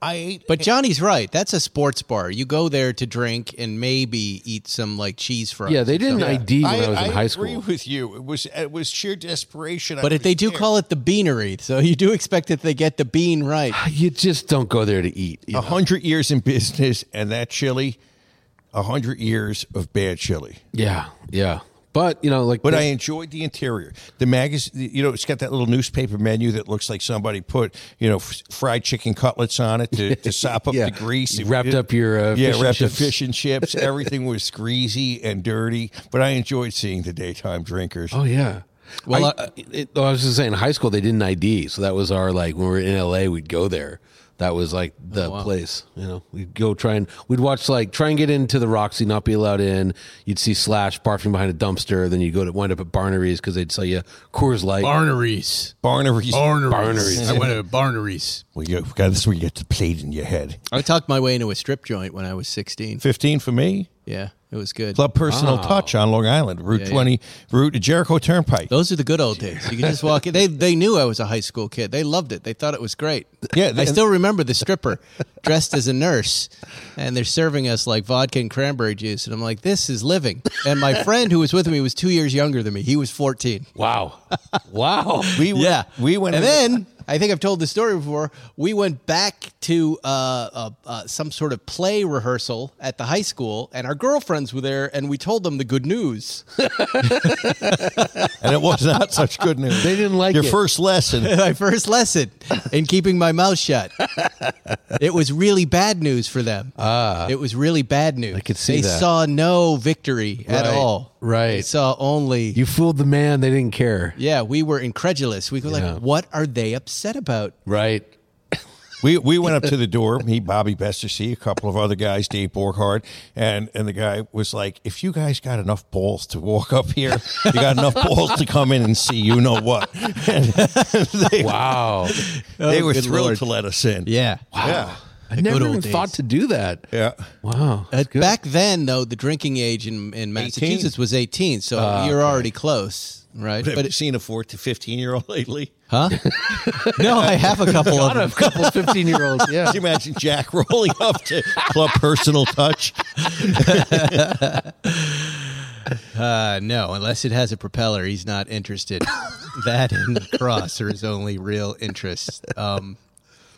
Speaker 5: I ate.
Speaker 1: But Johnny's right. That's a sports bar. You go there to drink and maybe eat some like cheese fries.
Speaker 4: Yeah, they didn't ID when I, was in high
Speaker 5: agree
Speaker 4: school.
Speaker 5: with you. It was it was sheer desperation. I
Speaker 1: But if they do
Speaker 5: didn't care.
Speaker 1: call it the beanery, so you do expect that they get the bean right.
Speaker 4: you just don't go there to eat. you
Speaker 5: A
Speaker 1: Oh.
Speaker 4: know?
Speaker 5: hundred years in business, and that chili, a hundred years of bad chili.
Speaker 4: Yeah, yeah. But you know, like,
Speaker 5: But I enjoyed the interior. The magazine, you know, it's got that little newspaper menu that looks like somebody put, you know, f- fried chicken cutlets on it to, to sop up
Speaker 4: Yeah.
Speaker 5: the grease.
Speaker 4: You wrapped up your, uh,
Speaker 5: yeah,
Speaker 4: fish and
Speaker 5: wrapped up
Speaker 4: chips.
Speaker 5: fish and chips. Everything was greasy and dirty. But I enjoyed seeing the daytime drinkers.
Speaker 4: oh yeah. Well,
Speaker 5: I-
Speaker 4: I, it, oh, I was just saying, in high school they didn't ID, so that was our like when we were in LA, we'd go there. That was like
Speaker 1: Oh,
Speaker 4: the place, you know. We'd go try and we'd watch like try and get into the Roxy, not be allowed in. You'd see Slash barfing behind a dumpster, then you'd go to wind up at Barnery's because they'd sell you Coors Light.
Speaker 1: Barneries.
Speaker 5: Barnery's.
Speaker 1: Barneries.
Speaker 4: Barneries.
Speaker 1: I went to Barneries.
Speaker 5: Well, you got this where you get the plate in your head.
Speaker 1: I talked my way into a strip joint when I was 16.
Speaker 5: 15 for me.
Speaker 1: Yeah, it was good.
Speaker 5: Club Personal Touch on Long Island, Route
Speaker 1: Yeah, yeah.
Speaker 5: 20, Route Jericho Turnpike.
Speaker 1: Those are the good old days. You could just walk in. They they knew I was a high school kid. They loved it. They thought it was great.
Speaker 5: Yeah,
Speaker 1: I
Speaker 5: they-
Speaker 1: still remember the stripper dressed as a nurse, and they're serving us like vodka and cranberry juice, and I'm like, this is living. And my friend who was with me was two years younger than me. He was 14.
Speaker 4: Wow, wow.
Speaker 5: We went-
Speaker 1: Yeah,
Speaker 5: we went
Speaker 1: and
Speaker 5: in-
Speaker 1: then I think I've told the story before. We went back to uh, uh, uh, some sort of play rehearsal at the high school, and our girlfriends were there, and we told them the good news.
Speaker 5: and it was not such good news.
Speaker 4: They didn't like
Speaker 5: your
Speaker 4: it.
Speaker 5: first lesson.
Speaker 1: my first lesson in keeping my mouth shut. it was really bad news for them. it was really bad news. I
Speaker 4: Ah. could see
Speaker 1: they
Speaker 4: that.
Speaker 1: saw no victory at
Speaker 4: Right,
Speaker 1: all.
Speaker 4: right.
Speaker 1: They saw only.
Speaker 4: you fooled the man. They didn't care.
Speaker 1: yeah, we were incredulous. We were
Speaker 4: Yeah.
Speaker 1: like, "What are they upset about?"
Speaker 4: Right.
Speaker 5: We we went up to the door, me, Bobby Bestersea, a couple of other guys, Dave Borghardt, and and the guy was like, "If you guys got enough balls to walk up here, you got enough balls to come in and see you know what." And they,
Speaker 4: Wow.
Speaker 5: they were
Speaker 1: good
Speaker 5: thrilled
Speaker 1: Lord.
Speaker 5: to let us in.
Speaker 1: Yeah.
Speaker 5: Yeah.
Speaker 4: I never
Speaker 1: good old
Speaker 4: even
Speaker 1: days.
Speaker 4: thought to do that.
Speaker 5: Yeah.
Speaker 4: Wow.
Speaker 1: Uh, back then, though, the drinking age in, in Massachusetts was 18, so
Speaker 4: Ah,
Speaker 1: you're already close, right?
Speaker 5: But have
Speaker 1: But
Speaker 5: you
Speaker 1: it,
Speaker 5: seen a 4 to 15 year old lately?
Speaker 1: huh? no, I have a couple of them.
Speaker 4: a couple 15 year olds. Yeah.
Speaker 5: Can you imagine Jack rolling up to Club Personal Touch?
Speaker 1: Uh, no, unless it has a propeller, he's not interested. that and the cross are his only real interests. Um,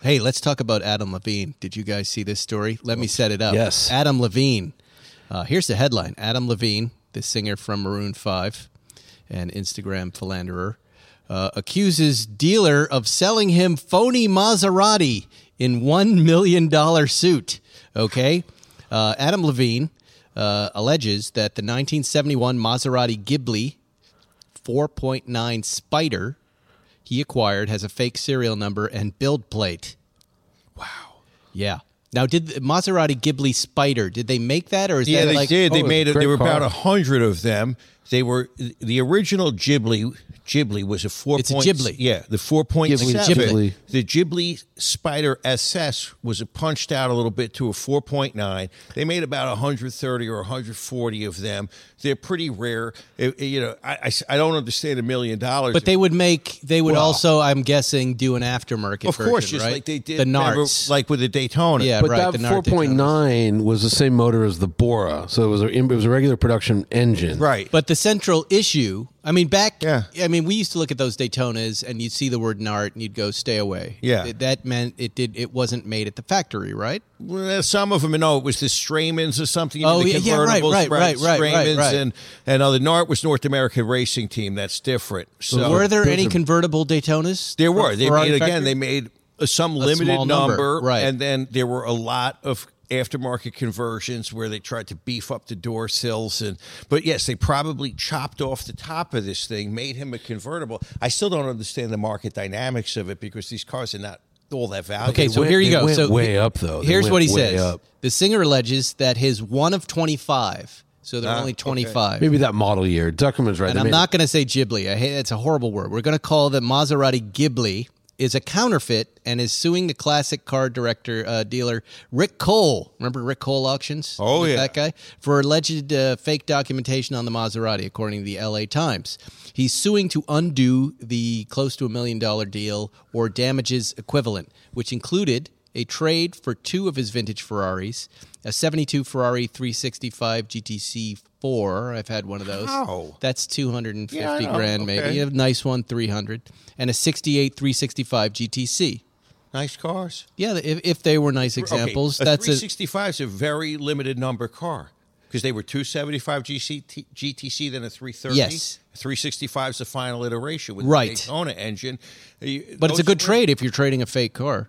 Speaker 1: hey, let's talk about Adam Levine. Did you guys see this story? Let me set it up.
Speaker 4: Yes.
Speaker 1: Adam Levine. Uh, here's the headline Adam Levine, the singer from Maroon 5 and Instagram philanderer, uh, accuses dealer of selling him phony Maserati in $1 million suit. Okay. Uh, Adam Levine uh, alleges that the 1971 Maserati Ghibli 4.9 Spider he acquired has a fake serial number and build plate. Wow. Yeah. Now, did the Maserati Ghibli Spider? Did they make that, or is
Speaker 5: Yeah,
Speaker 1: that
Speaker 5: they
Speaker 1: like
Speaker 5: did.
Speaker 4: oh, it
Speaker 5: They
Speaker 4: was
Speaker 5: made
Speaker 4: a
Speaker 5: it. There
Speaker 4: great
Speaker 5: were about
Speaker 4: car.
Speaker 5: a hundred of them. They were the original Ghibli. Ghibli was a four.
Speaker 1: It's a
Speaker 5: point,
Speaker 1: Ghibli.
Speaker 5: Yeah, the four point
Speaker 4: Ghibli,
Speaker 5: seven.
Speaker 4: Ghibli.
Speaker 5: The Ghibli Spider SS was a punched out a little bit to a four point nine. They made about hundred thirty or hundred forty of them. They're pretty rare. It- it- you know, I, I s- I don't understand a million dollars.
Speaker 1: But they would make. They would
Speaker 5: Well-
Speaker 1: also, I'm guessing, do an aftermarket.
Speaker 5: of course,
Speaker 1: version,
Speaker 5: just
Speaker 1: right?
Speaker 5: like they did
Speaker 1: the
Speaker 5: remember,
Speaker 1: Narts.
Speaker 5: like with the Daytona.
Speaker 1: yeah,
Speaker 4: But
Speaker 1: right. the Nart
Speaker 4: that 4.9 was the same motor as the Bora, so it was a it was a regular production engine.
Speaker 5: right.
Speaker 1: But the central issue, I mean, back,
Speaker 5: Yeah.
Speaker 1: I mean, we used to look at those Daytonas and you'd see the word Nart and you'd go, "Stay away."
Speaker 5: Yeah.
Speaker 1: Th- that meant it did. It wasn't made at the factory, right?
Speaker 5: Well, some of them, no, it was the Straymans or something. you
Speaker 1: Oh,
Speaker 5: know, the
Speaker 1: yeah, yeah, right,
Speaker 5: convertibles,
Speaker 1: right, right, right, right,
Speaker 5: Straymans
Speaker 1: right.
Speaker 5: and and uh, the NART was North American Racing Team. That's different. So
Speaker 1: Were there any
Speaker 4: are-
Speaker 1: convertible Daytonas?
Speaker 5: There
Speaker 1: from
Speaker 5: were. They
Speaker 1: Ferrari
Speaker 5: made again.
Speaker 1: factory?
Speaker 5: They made uh, some limited
Speaker 1: small number, right.
Speaker 5: and then there were a lot of aftermarket conversions where they tried to beef up the door sills and but yes they probably chopped off the top of this thing made him a convertible i still don't understand the market dynamics of it because these cars are not all that valuable
Speaker 1: Okay, so
Speaker 4: went-
Speaker 1: here you
Speaker 4: they
Speaker 1: go.
Speaker 4: went
Speaker 1: so
Speaker 4: way up, though. They
Speaker 1: here's
Speaker 4: went
Speaker 1: what he
Speaker 4: way
Speaker 1: says:
Speaker 4: up.
Speaker 1: the singer alleges that his one of twenty-five, so they're
Speaker 5: Ah,
Speaker 1: only
Speaker 5: okay.
Speaker 1: twenty-five.
Speaker 4: Maybe that model year. Duckerman's right.
Speaker 1: And
Speaker 4: They
Speaker 1: I'm
Speaker 4: made-
Speaker 1: not going to say Ghibli. I hate, it's a horrible word. We're going to call the Maserati Ghibli is a counterfeit and is suing the classic car director uh, dealer Rick Cole. Remember Rick Cole auctions?
Speaker 5: Oh,
Speaker 1: With
Speaker 5: yeah.
Speaker 1: that guy for alleged uh, fake documentation on the Maserati, according to the L.A. Times. He's suing to undo the close to a million dollar deal or damages equivalent, which included a trade for two of his vintage Ferraris, a 72 Ferrari 365 GTC 4. I've had one of those.
Speaker 5: How?
Speaker 1: That's 250
Speaker 5: Yeah, I know.
Speaker 1: grand maybe.
Speaker 5: Okay.
Speaker 1: A nice one 300 and a 68 365 GTC.
Speaker 5: nice cars
Speaker 1: Yeah, if, if they were nice examples,
Speaker 5: Okay, a
Speaker 1: that's a
Speaker 5: 365 is a very limited number car. because they were 275 GCT, GTC, then a 330.
Speaker 1: Yes.
Speaker 5: 365 is the final iteration with
Speaker 1: Right.
Speaker 5: the Daytona engine. Uh, You-
Speaker 1: But it's a
Speaker 5: those
Speaker 1: good
Speaker 5: were-
Speaker 1: trade if you're trading a fake car.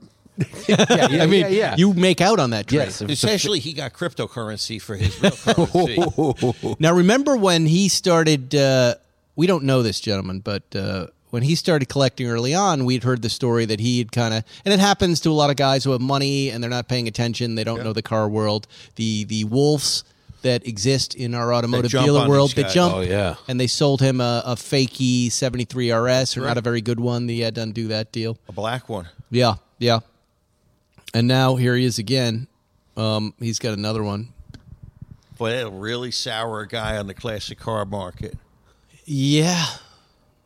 Speaker 4: yeah,
Speaker 1: I mean,
Speaker 4: yeah, yeah.
Speaker 1: you make out on that trade.
Speaker 4: yes, if it's a-
Speaker 5: Essentially, he got cryptocurrency for his real currency.
Speaker 1: Now, remember when he started? Uh, we don't know this gentleman, but uh, when he started collecting early on, we'd heard the story that he had kind of, and it happens to a lot of guys who have money and they're not paying attention. They don't know the car world, the the wolves that exist in our automotive
Speaker 5: jump
Speaker 1: dealer
Speaker 5: on
Speaker 1: world
Speaker 5: these
Speaker 1: that
Speaker 5: guys.
Speaker 1: jump.
Speaker 4: Oh, yeah.
Speaker 1: and they sold him a, a fakey '73 RS, or not a very good one. The uh, done do that deal.
Speaker 5: a black one.
Speaker 1: Yeah, yeah. And now here he is again. Um, he's got another one.
Speaker 5: But a really sour guy on the classic car market.
Speaker 1: Yeah.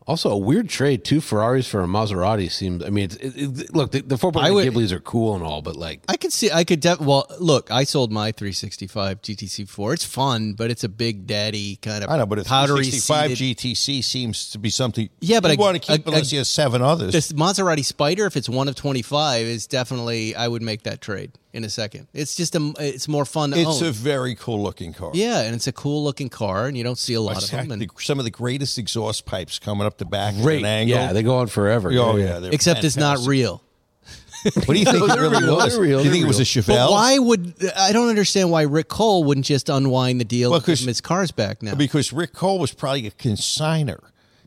Speaker 4: also a weird trade. Two Ferraris for a Maserati seems. I mean, it's, it, it, look, the, the four point
Speaker 1: I would-
Speaker 4: Ghiblis are cool and all, but like,
Speaker 1: I could see, I could, def- well, look, I sold my 365 GTC4. It's fun, but it's a big daddy kind of
Speaker 5: I know, but a
Speaker 1: powdery
Speaker 5: 365
Speaker 1: seated-
Speaker 5: GTC seems to be something.
Speaker 1: Yeah, but a-
Speaker 5: you want to keep
Speaker 1: a-
Speaker 5: unless
Speaker 1: a-
Speaker 5: you have seven others.
Speaker 1: This Maserati Spider, if it's one of 25, is definitely, I would make that trade in a second. It's just, a, it's more fun to
Speaker 5: it's
Speaker 1: own.
Speaker 5: a very cool looking car.
Speaker 1: yeah, and it's a cool looking car, and you don't see a lot of them.
Speaker 5: Exactly.
Speaker 1: And,
Speaker 5: Some of the greatest exhaust pipes coming up the back at
Speaker 4: great.
Speaker 5: an angle.
Speaker 4: Yeah, they go on forever.
Speaker 5: oh yeah, they're
Speaker 1: except it's not
Speaker 5: fantastic.
Speaker 1: real.
Speaker 5: What do you think
Speaker 4: No,
Speaker 5: it
Speaker 4: they're
Speaker 5: really
Speaker 4: real,
Speaker 5: was?
Speaker 4: they're real,
Speaker 5: Do you think
Speaker 4: they're
Speaker 5: it was a
Speaker 4: real.
Speaker 5: Chevelle?
Speaker 1: But why would, I don't understand why Rick Cole wouldn't just unwind the deal
Speaker 5: Well,
Speaker 1: and give
Speaker 5: 'cause-
Speaker 1: him his cars back now.
Speaker 5: Because Rick Cole was probably a consigner.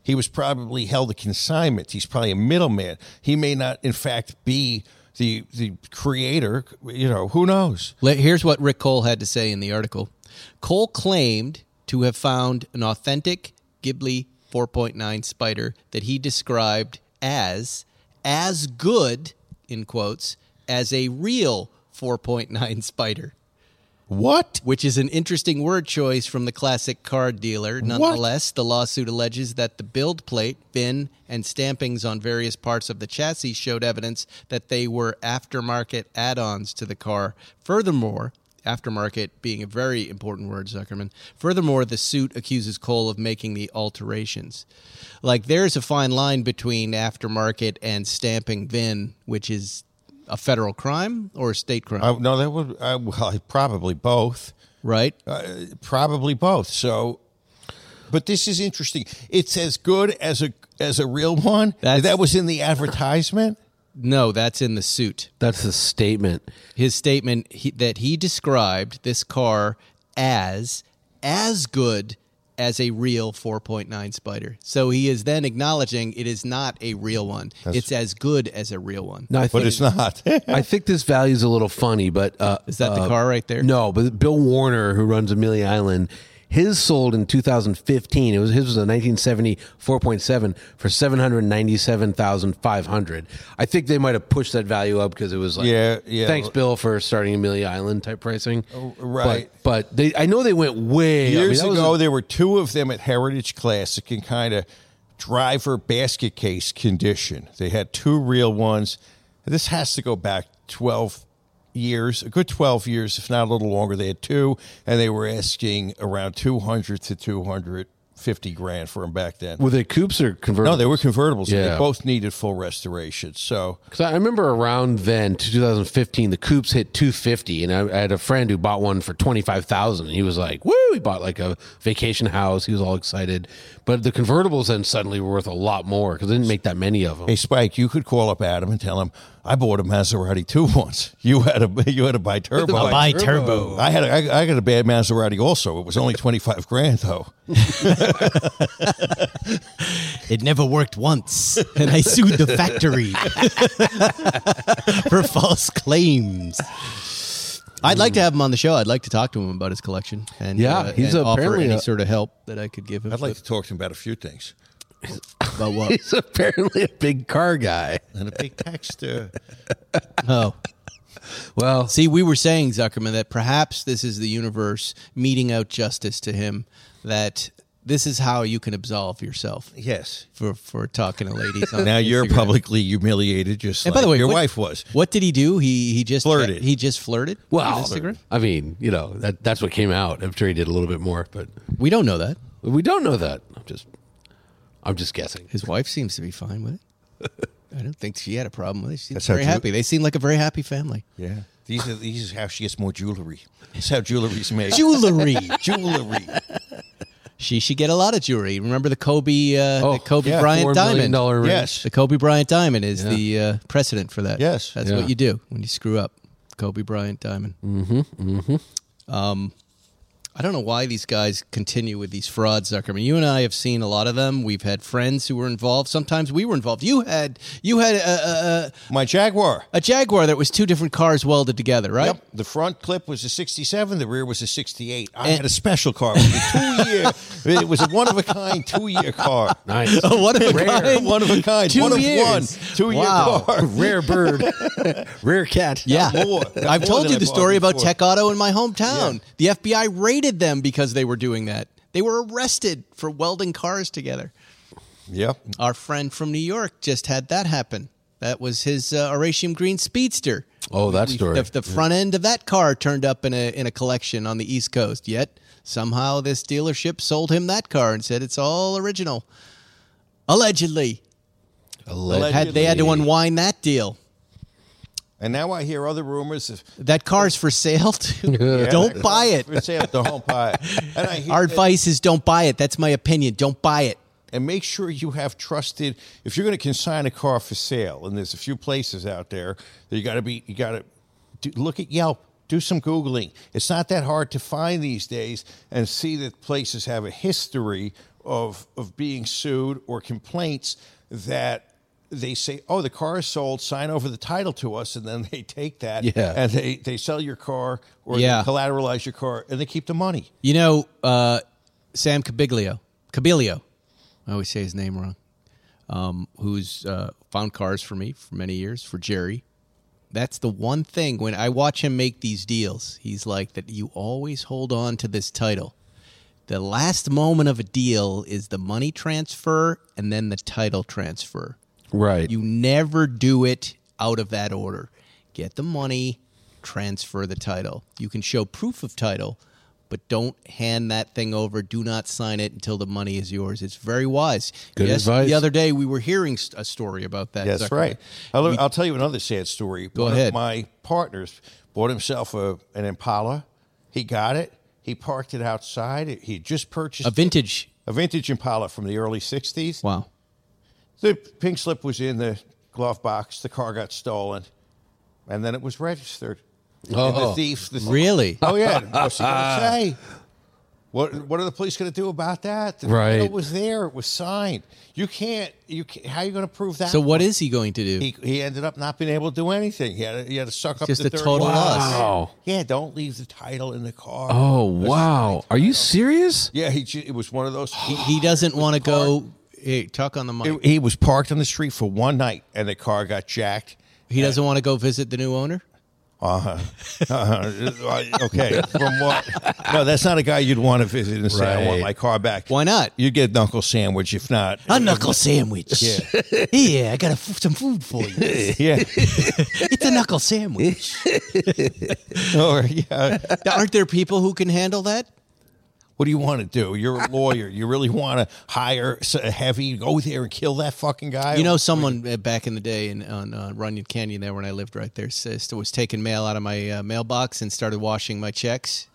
Speaker 5: He was probably held a consignment. He's probably a middleman. He may not, in fact, be the the creator. You know, who knows?
Speaker 1: Let- Here's what Rick Cole had to say in the article. Cole claimed to have found an authentic Ghibli 4.9 spider that he described as as good in quotes as a real 4.9 spider,
Speaker 5: What?
Speaker 1: which is an interesting word choice from the classic car dealer. Nonetheless, the lawsuit alleges that the build plate, bin, and stampings on various parts of the chassis showed evidence that they were aftermarket add ons to the car. Furthermore, aftermarket being a very important word, Zuckerman. Furthermore, the suit accuses Cole of making the alterations. Like, there's a fine line between aftermarket and stamping bin, which is a federal crime or a state crime,
Speaker 5: I, Uh, no, that would I, well, probably both.
Speaker 1: right?
Speaker 5: probably both. So, but this is interesting. It's as good as a as a real one.
Speaker 1: That's-
Speaker 5: that was in the advertisement.
Speaker 1: no, that's in the suit.
Speaker 4: That's the statement.
Speaker 1: his statement he, that he described this car as as good as a real 4.9 spider. So he is then acknowledging it is not a real one. it's as good as a real one.
Speaker 4: No, I think,
Speaker 5: But it's not.
Speaker 4: I think this value is a little funny, but uh,
Speaker 1: Is that the car right there?
Speaker 4: No, but Bill Warner, who runs Amelia Island, his sold in 2015. It was his was a 1970 4.7 for 797,500. I think they might have pushed that value up because it was like,
Speaker 5: Yeah, yeah.
Speaker 4: Thanks, Bill, for starting Amelia Island type pricing.
Speaker 5: Oh, right.
Speaker 4: But, but they, I know they went way I mean,
Speaker 5: Years
Speaker 4: that was
Speaker 5: ago,
Speaker 4: a-
Speaker 5: there were two of them at Heritage Classic in kind of driver basket case condition. They had two real ones. This has to go back 12 years, a good 12 years, if not a little longer. They had two, and they were asking around 200 to 250 grand for them back then.
Speaker 4: were they coupes or convertibles?
Speaker 5: No, they were convertibles. and
Speaker 4: Yeah.
Speaker 5: They both needed full restoration. So,
Speaker 4: Because I remember around then, 2015, the coupes hit 250, and I, I had a friend who bought one for 25,000. And he was like, "Woo!" He bought like a vacation house. He was all excited. But the convertibles then suddenly were worth a lot more because they didn't make that many of them.
Speaker 5: hey, Spike, you could call up Adam and tell him I bought a Maserati two once. You had a you had a biturbo.
Speaker 1: By turbo.
Speaker 5: I had a, I, I got a bad Maserati also. It was only twenty five grand though.
Speaker 1: It never worked once. And I sued the factory for false claims. I'd like to have him on the show. I'd like to talk to him about his collection and
Speaker 4: Yeah,
Speaker 1: uh,
Speaker 4: he's
Speaker 1: and offer
Speaker 4: apparently
Speaker 1: any
Speaker 4: a-
Speaker 1: sort of help that I could give him.
Speaker 5: I'd like to talk to him about a few things
Speaker 1: about what?
Speaker 4: He's apparently a big car guy.
Speaker 5: and a big text. Uh,
Speaker 1: Oh,
Speaker 4: Well,
Speaker 1: See, we were saying Zuckerman that perhaps this is the universe meeting out justice to him. That this is how you can absolve yourself
Speaker 5: yes.
Speaker 1: for for talking to ladies. On
Speaker 5: Now you're
Speaker 1: Instagram.
Speaker 5: publicly humiliated, just
Speaker 1: And
Speaker 5: like
Speaker 1: by the way,
Speaker 5: your
Speaker 1: what-
Speaker 5: wife was.
Speaker 1: What did he do? He he just
Speaker 5: Flirted.
Speaker 1: He just flirted.
Speaker 4: well,
Speaker 1: on Instagram?
Speaker 4: I mean, you know, that that's what came out. I'm sure he did a little bit more, but
Speaker 1: we don't know that.
Speaker 4: we don't know that. I'm just, I'm just guessing.
Speaker 1: His wife seems to be fine with it. I don't think she had a problem with it. She's
Speaker 5: That's how
Speaker 1: very
Speaker 5: Jew-
Speaker 1: happy. They seem like a very happy family.
Speaker 5: Yeah. These are these is how she gets more jewelry. It's how jewelry's made.
Speaker 1: Jewelry.
Speaker 5: jewelry.
Speaker 1: she should get a lot of jewelry. Remember the Kobe, uh, the Kobe
Speaker 5: Oh, yeah,
Speaker 1: Bryant diamond.
Speaker 4: Dollar ring.
Speaker 5: Yes.
Speaker 1: The Kobe Bryant diamond is the uh, precedent for that.
Speaker 5: Yes.
Speaker 1: that's
Speaker 4: Yeah.
Speaker 1: what you do when you screw up. Kobe Bryant diamond. Mm-hmm. Mm-hmm. Um,
Speaker 5: mm-hmm.
Speaker 1: I don't know why these guys continue with these frauds, Zuckerman. You and I have seen a lot of them. We've had friends who were involved. Sometimes we were involved. You had you had a, a,
Speaker 5: My Jaguar.
Speaker 1: a Jaguar that was two different cars welded together, right?
Speaker 5: Yep. The front clip was a 67. The rear was a 68. I
Speaker 1: And-
Speaker 5: had a special car. It was a two-year. it was a one-of-a-kind two-year car.
Speaker 4: Nice.
Speaker 1: What a
Speaker 5: Rare.
Speaker 1: kind.
Speaker 5: One of a kind.
Speaker 1: Two
Speaker 5: one
Speaker 1: years.
Speaker 5: of one. Two-year
Speaker 1: Wow.
Speaker 5: car.
Speaker 4: Rare bird. Rare cat.
Speaker 1: Yeah.
Speaker 5: more. Not
Speaker 1: I've
Speaker 5: more
Speaker 1: told
Speaker 5: than
Speaker 1: you
Speaker 5: I
Speaker 1: the
Speaker 5: bought
Speaker 1: story about
Speaker 5: before.
Speaker 1: Tech Auto in my hometown. The FBI raided them because they were doing that. They were arrested for welding cars together.
Speaker 5: Yep.
Speaker 1: Our friend from New York just had that happen. That was his uh, Oratium Green Speedster.
Speaker 4: Oh, that story.
Speaker 1: The, the front end of that car turned up in a in a collection on the East Coast. Yet somehow this dealership sold him that car and said it's all original. Allegedly,
Speaker 4: Alleged.
Speaker 1: had, they had to unwind that deal.
Speaker 5: And now I hear other rumors of
Speaker 1: That car's for sale. too.
Speaker 4: Yeah.
Speaker 1: Don't buy it.
Speaker 5: It's at the home pie. And I hear
Speaker 1: Our
Speaker 5: that-
Speaker 1: advice is don't buy it. That's my opinion. Don't buy it.
Speaker 5: and make sure you have trusted if you're going to consign a car for sale and there's a few places out there that you got to be you got to do, look at yelp do some googling it's not that hard to find these days and see that places have a history of of being sued or complaints that they say oh the car is sold sign over the title to us and then they take that
Speaker 4: Yeah.
Speaker 5: and they they sell your car or
Speaker 1: Yeah.
Speaker 5: they collateralize your car and they keep the money
Speaker 1: You know, uh, Sam Cabiglio, Cabiglio, I always say his name wrong, um, who's uh, found cars for me for many years, for Jerry. That's the one thing when I watch him make these deals, he's like, that you always hold on to this title. The last moment of a deal is the money transfer and then the title transfer.
Speaker 4: Right.
Speaker 1: You never do it out of that order. Get the money, transfer the title. You can show proof of title, but don't hand that thing over. Do not sign it until the money is yours. It's very wise.
Speaker 4: Good
Speaker 1: yes,
Speaker 4: advice.
Speaker 1: The other day we were hearing st- a story about that.
Speaker 5: That's
Speaker 1: Zuckerman.
Speaker 5: right. I'll, I'll tell you another sad story. Go One
Speaker 1: ahead.
Speaker 5: Of my partners bought himself a, an Impala. He got it. He parked it outside. He had just purchased
Speaker 1: A vintage.
Speaker 5: a vintage Impala from the early 60s.
Speaker 1: Wow.
Speaker 5: The pink slip was in the glove box. The car got stolen, and then it was registered. And the
Speaker 4: Oh.
Speaker 5: thief. The
Speaker 1: Really?
Speaker 5: Oh yeah. What's he gonna say? What What are the police gonna do about that? The
Speaker 4: Right.
Speaker 5: title was there. It was signed. You can't. You can't, how are you gonna prove that?
Speaker 1: So what is he going to do?
Speaker 5: he, he ended up not being able to do anything. He had to, he had to suck up
Speaker 1: Just
Speaker 5: the
Speaker 1: a
Speaker 5: third
Speaker 1: total
Speaker 5: one.
Speaker 1: loss.
Speaker 4: Wow.
Speaker 5: Yeah, don't leave the title in the car.
Speaker 4: Oh wow. Are you serious?
Speaker 5: yeah, he ju- it was one of those. He,
Speaker 1: he doesn't want to go. Hey, talk on the mic.
Speaker 5: he was parked on the street for one night, and the car got jacked.
Speaker 1: he doesn't want to go visit the new owner.
Speaker 5: Uh-huh. Uh-huh. okay, from what? No, that's not a guy you'd want to visit and say, "I want
Speaker 4: Right.
Speaker 5: my car back."
Speaker 1: Why not?
Speaker 5: You'd get an Uncle Sandwich if not.
Speaker 1: A knuckle sandwich.
Speaker 5: Yeah.
Speaker 1: yeah, I got a f- some food for you.
Speaker 5: yeah,
Speaker 1: It's a knuckle sandwich.
Speaker 5: or yeah.
Speaker 1: Oh, Aren't there people who can handle that?
Speaker 5: What do you want to do? You're a lawyer. You really want to hire s- a heavy, go there and kill that fucking guy?
Speaker 1: You know, someone uh, back in the day in on uh, Runyon Canyon there when I lived right there says, was taking mail out of my uh, mailbox and started washing my checks.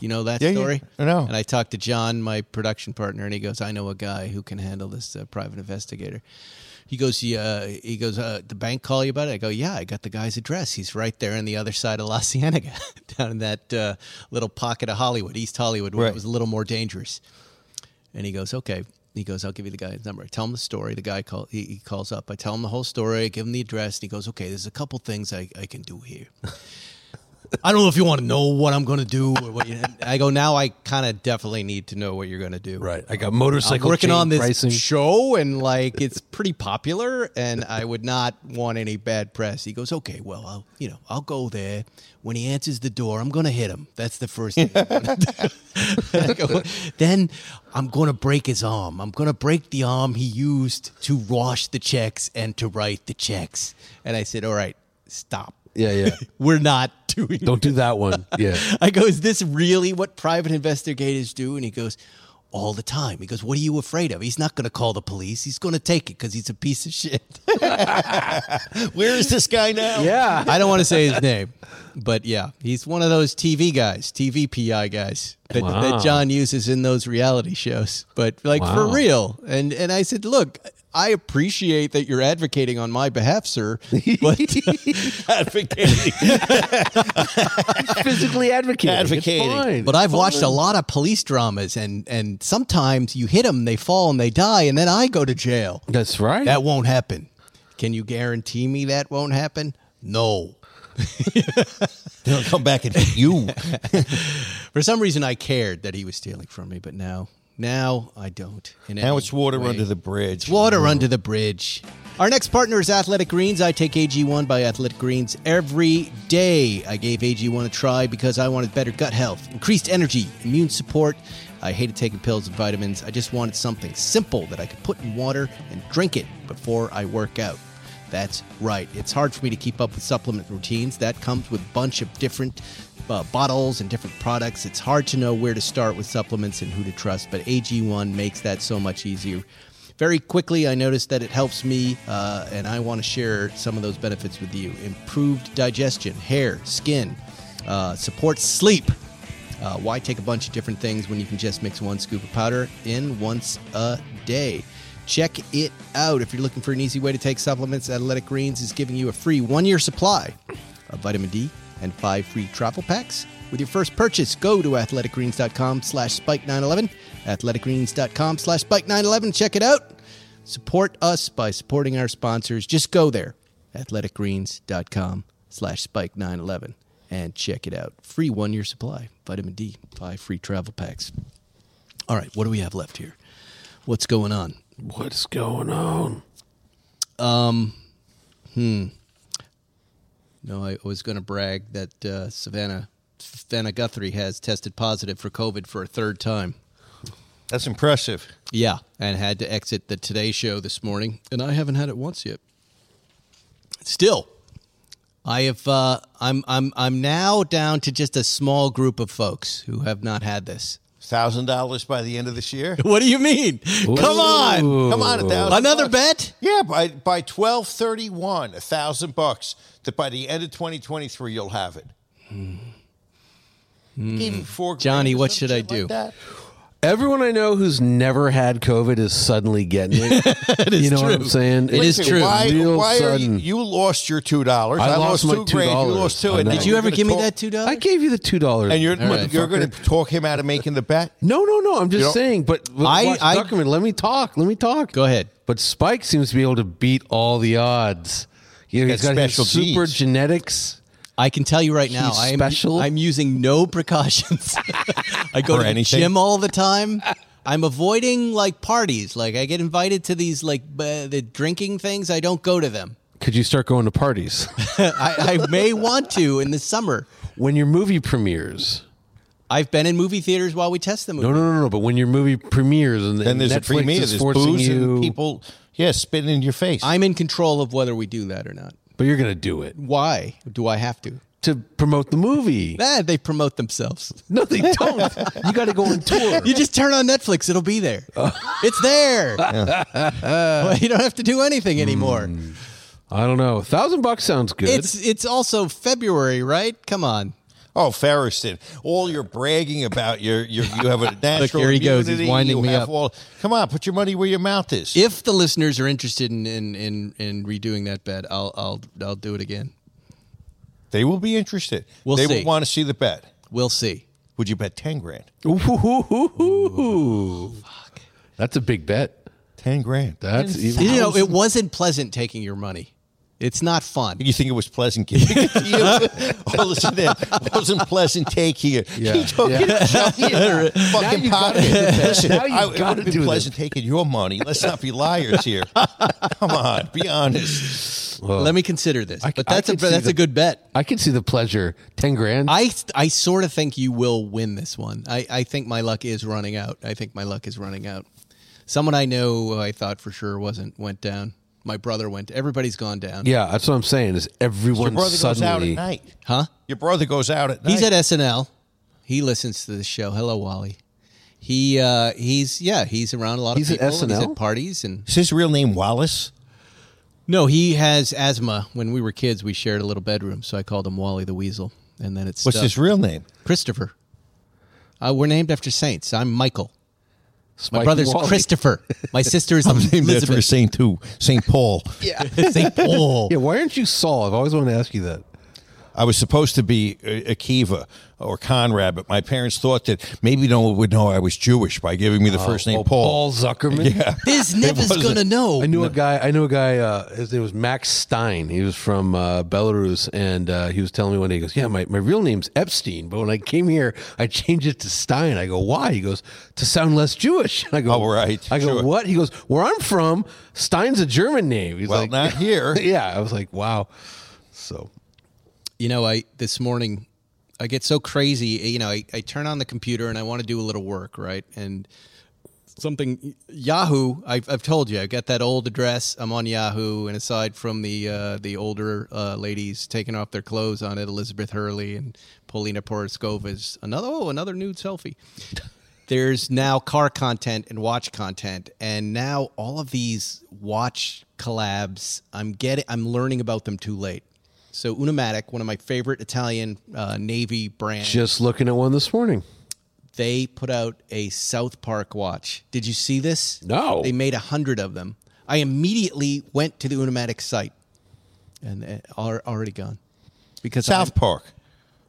Speaker 1: You know that
Speaker 5: Yeah, yeah.
Speaker 1: story?
Speaker 5: I know.
Speaker 1: And I talked to John, my production partner, and he goes, "I know a guy who can handle this uh, private investigator." He goes, "Yeah." He goes, uh, "The bank call you about it?" I go, "Yeah, I got the guy's address. He's right there on the other side of La Cienega, down in that uh, little pocket of Hollywood, East Hollywood, where it
Speaker 5: Right.
Speaker 1: was a little more dangerous." And he goes, okay. He goes, I'll give you the guy's number. I tell him the story. The guy call, he, he calls up. I tell him the whole story. I give him the address. And he goes, okay, there's a couple things I, I can do here. I don't know if you want to know what I'm going to do or what you. I go, now I kind of definitely need to know what you're going to do.
Speaker 4: I got
Speaker 1: I'm
Speaker 4: motorcycle.
Speaker 1: working
Speaker 4: chain
Speaker 1: on this
Speaker 4: pricing.
Speaker 1: show and like it's pretty popular and I would not want any bad press. He goes, "Okay, well, I'll, you know, I'll go there. When he answers the door, I'm going to hit him. That's the first thing." I'm gonna do." I go, then I'm going to break his arm. I'm going to break the arm he used to wash the checks and to write the checks. And I said, "All right, stop.
Speaker 4: Yeah, yeah.
Speaker 1: We're not doing
Speaker 4: Don't do that one. Yeah.
Speaker 1: I go, is this really what private investigators do? And he goes, all the time. He goes, What are you afraid of? He's not going to call the police. He's going to take it because he's a piece of shit.
Speaker 5: Where is this guy now?
Speaker 4: Yeah.
Speaker 1: I don't want to say his name, but yeah, he's one of those TV guys, TV PI guys that, that John uses in those reality shows. But like for real, and and I said, look. I appreciate that you're advocating on my behalf, sir. But
Speaker 5: Advocating.
Speaker 4: physically advocating. It's
Speaker 5: Advocating.
Speaker 4: fine.
Speaker 1: but I've watched a lot of police dramas, and and sometimes you hit them, they fall, and they die, and then I go to jail.
Speaker 4: That's right.
Speaker 1: That won't happen. Can you guarantee me that won't happen? No.
Speaker 5: They'll come back and hit you.
Speaker 1: For some reason, I cared that he was stealing from me, but now, now I don't. in
Speaker 5: Now
Speaker 1: any
Speaker 5: it's water
Speaker 1: way.
Speaker 5: under the bridge.
Speaker 1: Water under the bridge. Our next partner is Athletic Greens. I take AG1 by Athletic Greens every day. I gave AG1 a try because I wanted better gut health, increased energy, immune support. I hated taking pills and vitamins. I just wanted something simple that I could put in water and drink it before I work out. That's right. It's hard for me to keep up with supplement routines. That comes with a bunch of different uh, bottles and different products. It's hard to know where to start with supplements and who to trust, but AG1 makes that so much easier. Very quickly, I noticed that it helps me, uh, and I want to share some of those benefits with you. Improved digestion, hair, skin, uh, supports sleep. Uh, why take a bunch of different things when you can just mix one scoop of powder in once a day? Check it out. If you're looking for an easy way to take supplements, Athletic Greens is giving you a free one year supply of vitamin D and five free travel packs. With your first purchase, go to athleticgreens.com slash spike911, athleticgreens.com slash spike911. Check it out. Support us by supporting our sponsors. Just go there, athleticgreens.com slash spike911, and check it out. Free one-year supply, vitamin D, five free travel packs. All right, what do we have left here? What's going on?
Speaker 4: What's going on?
Speaker 1: No, I was going to brag that uh, Savannah, Savannah Guthrie has tested positive for COVID for a third time.
Speaker 5: That's impressive.
Speaker 1: Yeah, and had to exit the Today Show this morning, and I haven't had it once yet. Still, I have. Uh, I'm. I'm. I'm now down to just a small group of folks who have not had this.
Speaker 5: Thousand dollars by the end of this year.
Speaker 1: What do you mean? Come on,
Speaker 5: Come on, a thousand.
Speaker 1: another
Speaker 5: bucks.
Speaker 1: bet.
Speaker 5: Yeah, by by twelve thirty one, a thousand bucks. That by the end of twenty twenty three, you'll have it. Give him four
Speaker 1: Hmm.
Speaker 5: grand
Speaker 1: Johnny,
Speaker 5: or
Speaker 1: what
Speaker 5: some
Speaker 1: should I
Speaker 5: shit
Speaker 1: do?
Speaker 5: Like that.
Speaker 4: Everyone I know who's never had COVID is suddenly getting it. you know
Speaker 1: true.
Speaker 4: what I'm saying?
Speaker 1: It is
Speaker 5: Listen,
Speaker 1: true.
Speaker 5: Why,
Speaker 4: Real
Speaker 5: why are you,
Speaker 4: sudden.
Speaker 5: you lost your two dollars?
Speaker 4: I lost my
Speaker 5: two grand. You
Speaker 4: $2.
Speaker 5: lost two.
Speaker 4: I
Speaker 5: And
Speaker 4: know.
Speaker 5: now
Speaker 4: Did
Speaker 1: Did you
Speaker 5: you're
Speaker 1: ever
Speaker 5: gonna
Speaker 1: give me
Speaker 5: talk-
Speaker 1: that two
Speaker 4: I
Speaker 1: dollars?
Speaker 4: gave you the two dollars.
Speaker 5: And you're
Speaker 1: right,
Speaker 5: you're going to talk him out of making the bet.
Speaker 4: no, no, no. I'm just
Speaker 5: You don't-
Speaker 4: saying. But
Speaker 1: I-
Speaker 4: I, watch
Speaker 1: I-
Speaker 4: Zuckerman. Let me talk. Let me talk.
Speaker 1: Go ahead.
Speaker 4: But Spike seems to be able to beat all the odds. You know,
Speaker 5: Got
Speaker 4: he's got his
Speaker 5: special
Speaker 4: super
Speaker 5: genes.
Speaker 4: genetics.
Speaker 1: I can tell you right now,
Speaker 4: He's
Speaker 1: I am
Speaker 4: special.
Speaker 1: I'm using no precautions. I go
Speaker 5: Or
Speaker 1: to the
Speaker 5: anything.
Speaker 1: gym all the time. I'm avoiding like parties. Like I get invited to these like b- the drinking things. I don't go to them.
Speaker 4: Could you start going to parties
Speaker 1: I, I may want to in the summer.
Speaker 4: when your movie premieres?
Speaker 1: I've been in movie theaters while we test the movie.
Speaker 4: No, no, no, no. But when your movie premieres and
Speaker 5: Then there's
Speaker 4: Netflix
Speaker 5: a premiere.
Speaker 4: is
Speaker 5: There's
Speaker 4: forcing
Speaker 5: booze
Speaker 4: you,
Speaker 5: and people, yeah, spitting in your face.
Speaker 1: I'm in control of whether we do that or not.
Speaker 4: but you're gonna do it
Speaker 1: Why do I have to?
Speaker 4: to promote the movie.
Speaker 1: Ah, they promote themselves.
Speaker 4: no, they don't. you got to go on tour.
Speaker 1: You just turn on Netflix, it'll be there.
Speaker 4: Oh.
Speaker 1: It's there. Well, you don't have to do anything anymore.
Speaker 4: I don't know. thousand bucks sounds Mm, good.
Speaker 1: It's it's also February, right? Come on.
Speaker 5: Oh, Ferris did. All you're bragging about your your you have a natural
Speaker 1: here he goes. He's
Speaker 5: immunity,
Speaker 1: winding
Speaker 5: you
Speaker 1: me
Speaker 5: have
Speaker 1: up.
Speaker 5: All, come on, put your money where your mouth is.
Speaker 1: If the listeners are interested in in in, in redoing that bet, I'll I'll I'll do it again.
Speaker 5: they will be interested.
Speaker 1: We'll
Speaker 5: they
Speaker 1: see.
Speaker 5: will want to see the bet.
Speaker 1: We'll see.
Speaker 5: Would you bet ten grand?
Speaker 4: Ooh. That's a big bet.
Speaker 5: Ten grand.
Speaker 4: That's even,
Speaker 1: You know, it wasn't pleasant taking your money. It's not fun.
Speaker 5: You think it was pleasant giving it to you? oh, listen, there wasn't pleasant take here.
Speaker 4: Yeah.
Speaker 5: He took it and shoved it in your fucking pocket. Listen,
Speaker 4: Now you
Speaker 5: I, it
Speaker 4: gotta
Speaker 5: would have
Speaker 4: do
Speaker 5: been pleasant taking your money. Let's not be liars here. Come on, be honest.
Speaker 1: Let me consider this.
Speaker 4: I c-
Speaker 1: but
Speaker 4: I
Speaker 1: that's a
Speaker 4: can see
Speaker 1: that's
Speaker 4: the-
Speaker 1: a good bet.
Speaker 4: I can see the pleasure. Ten grand.
Speaker 1: I I sort of think you will win this one. I I think my luck is running out. I think my luck is running out. Someone I know who I thought for sure wasn't went down. My brother went. Everybody's gone down.
Speaker 4: yeah, that's what I'm saying. Is
Speaker 5: Your
Speaker 4: everyone
Speaker 5: brother goes out at
Speaker 4: suddenly?
Speaker 5: night.
Speaker 1: Huh?
Speaker 5: Your brother goes out at night.
Speaker 1: He's at SNL. He listens to the show. Hello, Wally. He uh, he's yeah he's around a lot
Speaker 4: He's
Speaker 1: of
Speaker 4: at
Speaker 1: people. He's
Speaker 4: SNL?
Speaker 1: at parties and
Speaker 5: Is his real name Wallace?
Speaker 1: no, he has asthma. When we were kids, we shared a little bedroom, so I called him Wally the Weasel, and then it's
Speaker 5: What's his real name?
Speaker 1: Christopher. Uh, we're named after saints. I'm Michael. My
Speaker 4: Spike
Speaker 1: brother's
Speaker 4: Wally.
Speaker 1: Christopher. My sister is
Speaker 5: Named after
Speaker 1: Elizabeth.
Speaker 5: Saint Two, Saint Paul.
Speaker 1: Saint Paul.
Speaker 4: Yeah, why aren't you Saul? I've always wanted to ask you that.
Speaker 5: I was supposed to be uh, Akiva or Conrad, but my parents thought that maybe no one would know I was Jewish by giving me the first name
Speaker 4: Oh,
Speaker 5: Paul.
Speaker 4: Zuckerman.
Speaker 5: Yeah.
Speaker 1: Biz never's
Speaker 5: wasn't.
Speaker 1: gonna know.
Speaker 4: I knew a guy. I knew a guy. Uh, his name was Max Stein. He was from uh, Belarus, and uh, he was telling me one day. He goes, "Yeah, my, my real name's Epstein, but when I came here, I changed it to Stein." I go, "Why?" He goes, "To sound less Jewish." I go,
Speaker 5: Oh, right.
Speaker 4: I go,
Speaker 5: Sure.
Speaker 4: "What?" He goes, "Where I'm from, Stein's a German name." He's
Speaker 5: Well,
Speaker 4: like,
Speaker 5: not here.
Speaker 4: yeah, I was like, "Wow." So
Speaker 1: you know, I this morning I get so crazy. You know, I, I turn on the computer and I want to do a little work, right? And something Yahoo. I've, I've told you, I've got that old address. I'm on Yahoo, and aside from the uh, the older uh, ladies taking off their clothes on it, Elizabeth Hurley and Polina Poroskova is another oh another nude selfie. There's now car content and watch content, and now all of these watch collabs. I'm getting, I'm learning about them too late. So Unamatic, one of my favorite Italian uh, Navy brands,
Speaker 4: just looking at one this morning.
Speaker 1: they put out a South Park watch. Did you see this?
Speaker 4: No.
Speaker 1: They made a hundred of them. I immediately went to the Unimatic site, and uh, are already gone. Because
Speaker 5: South
Speaker 1: I'm-
Speaker 5: Park.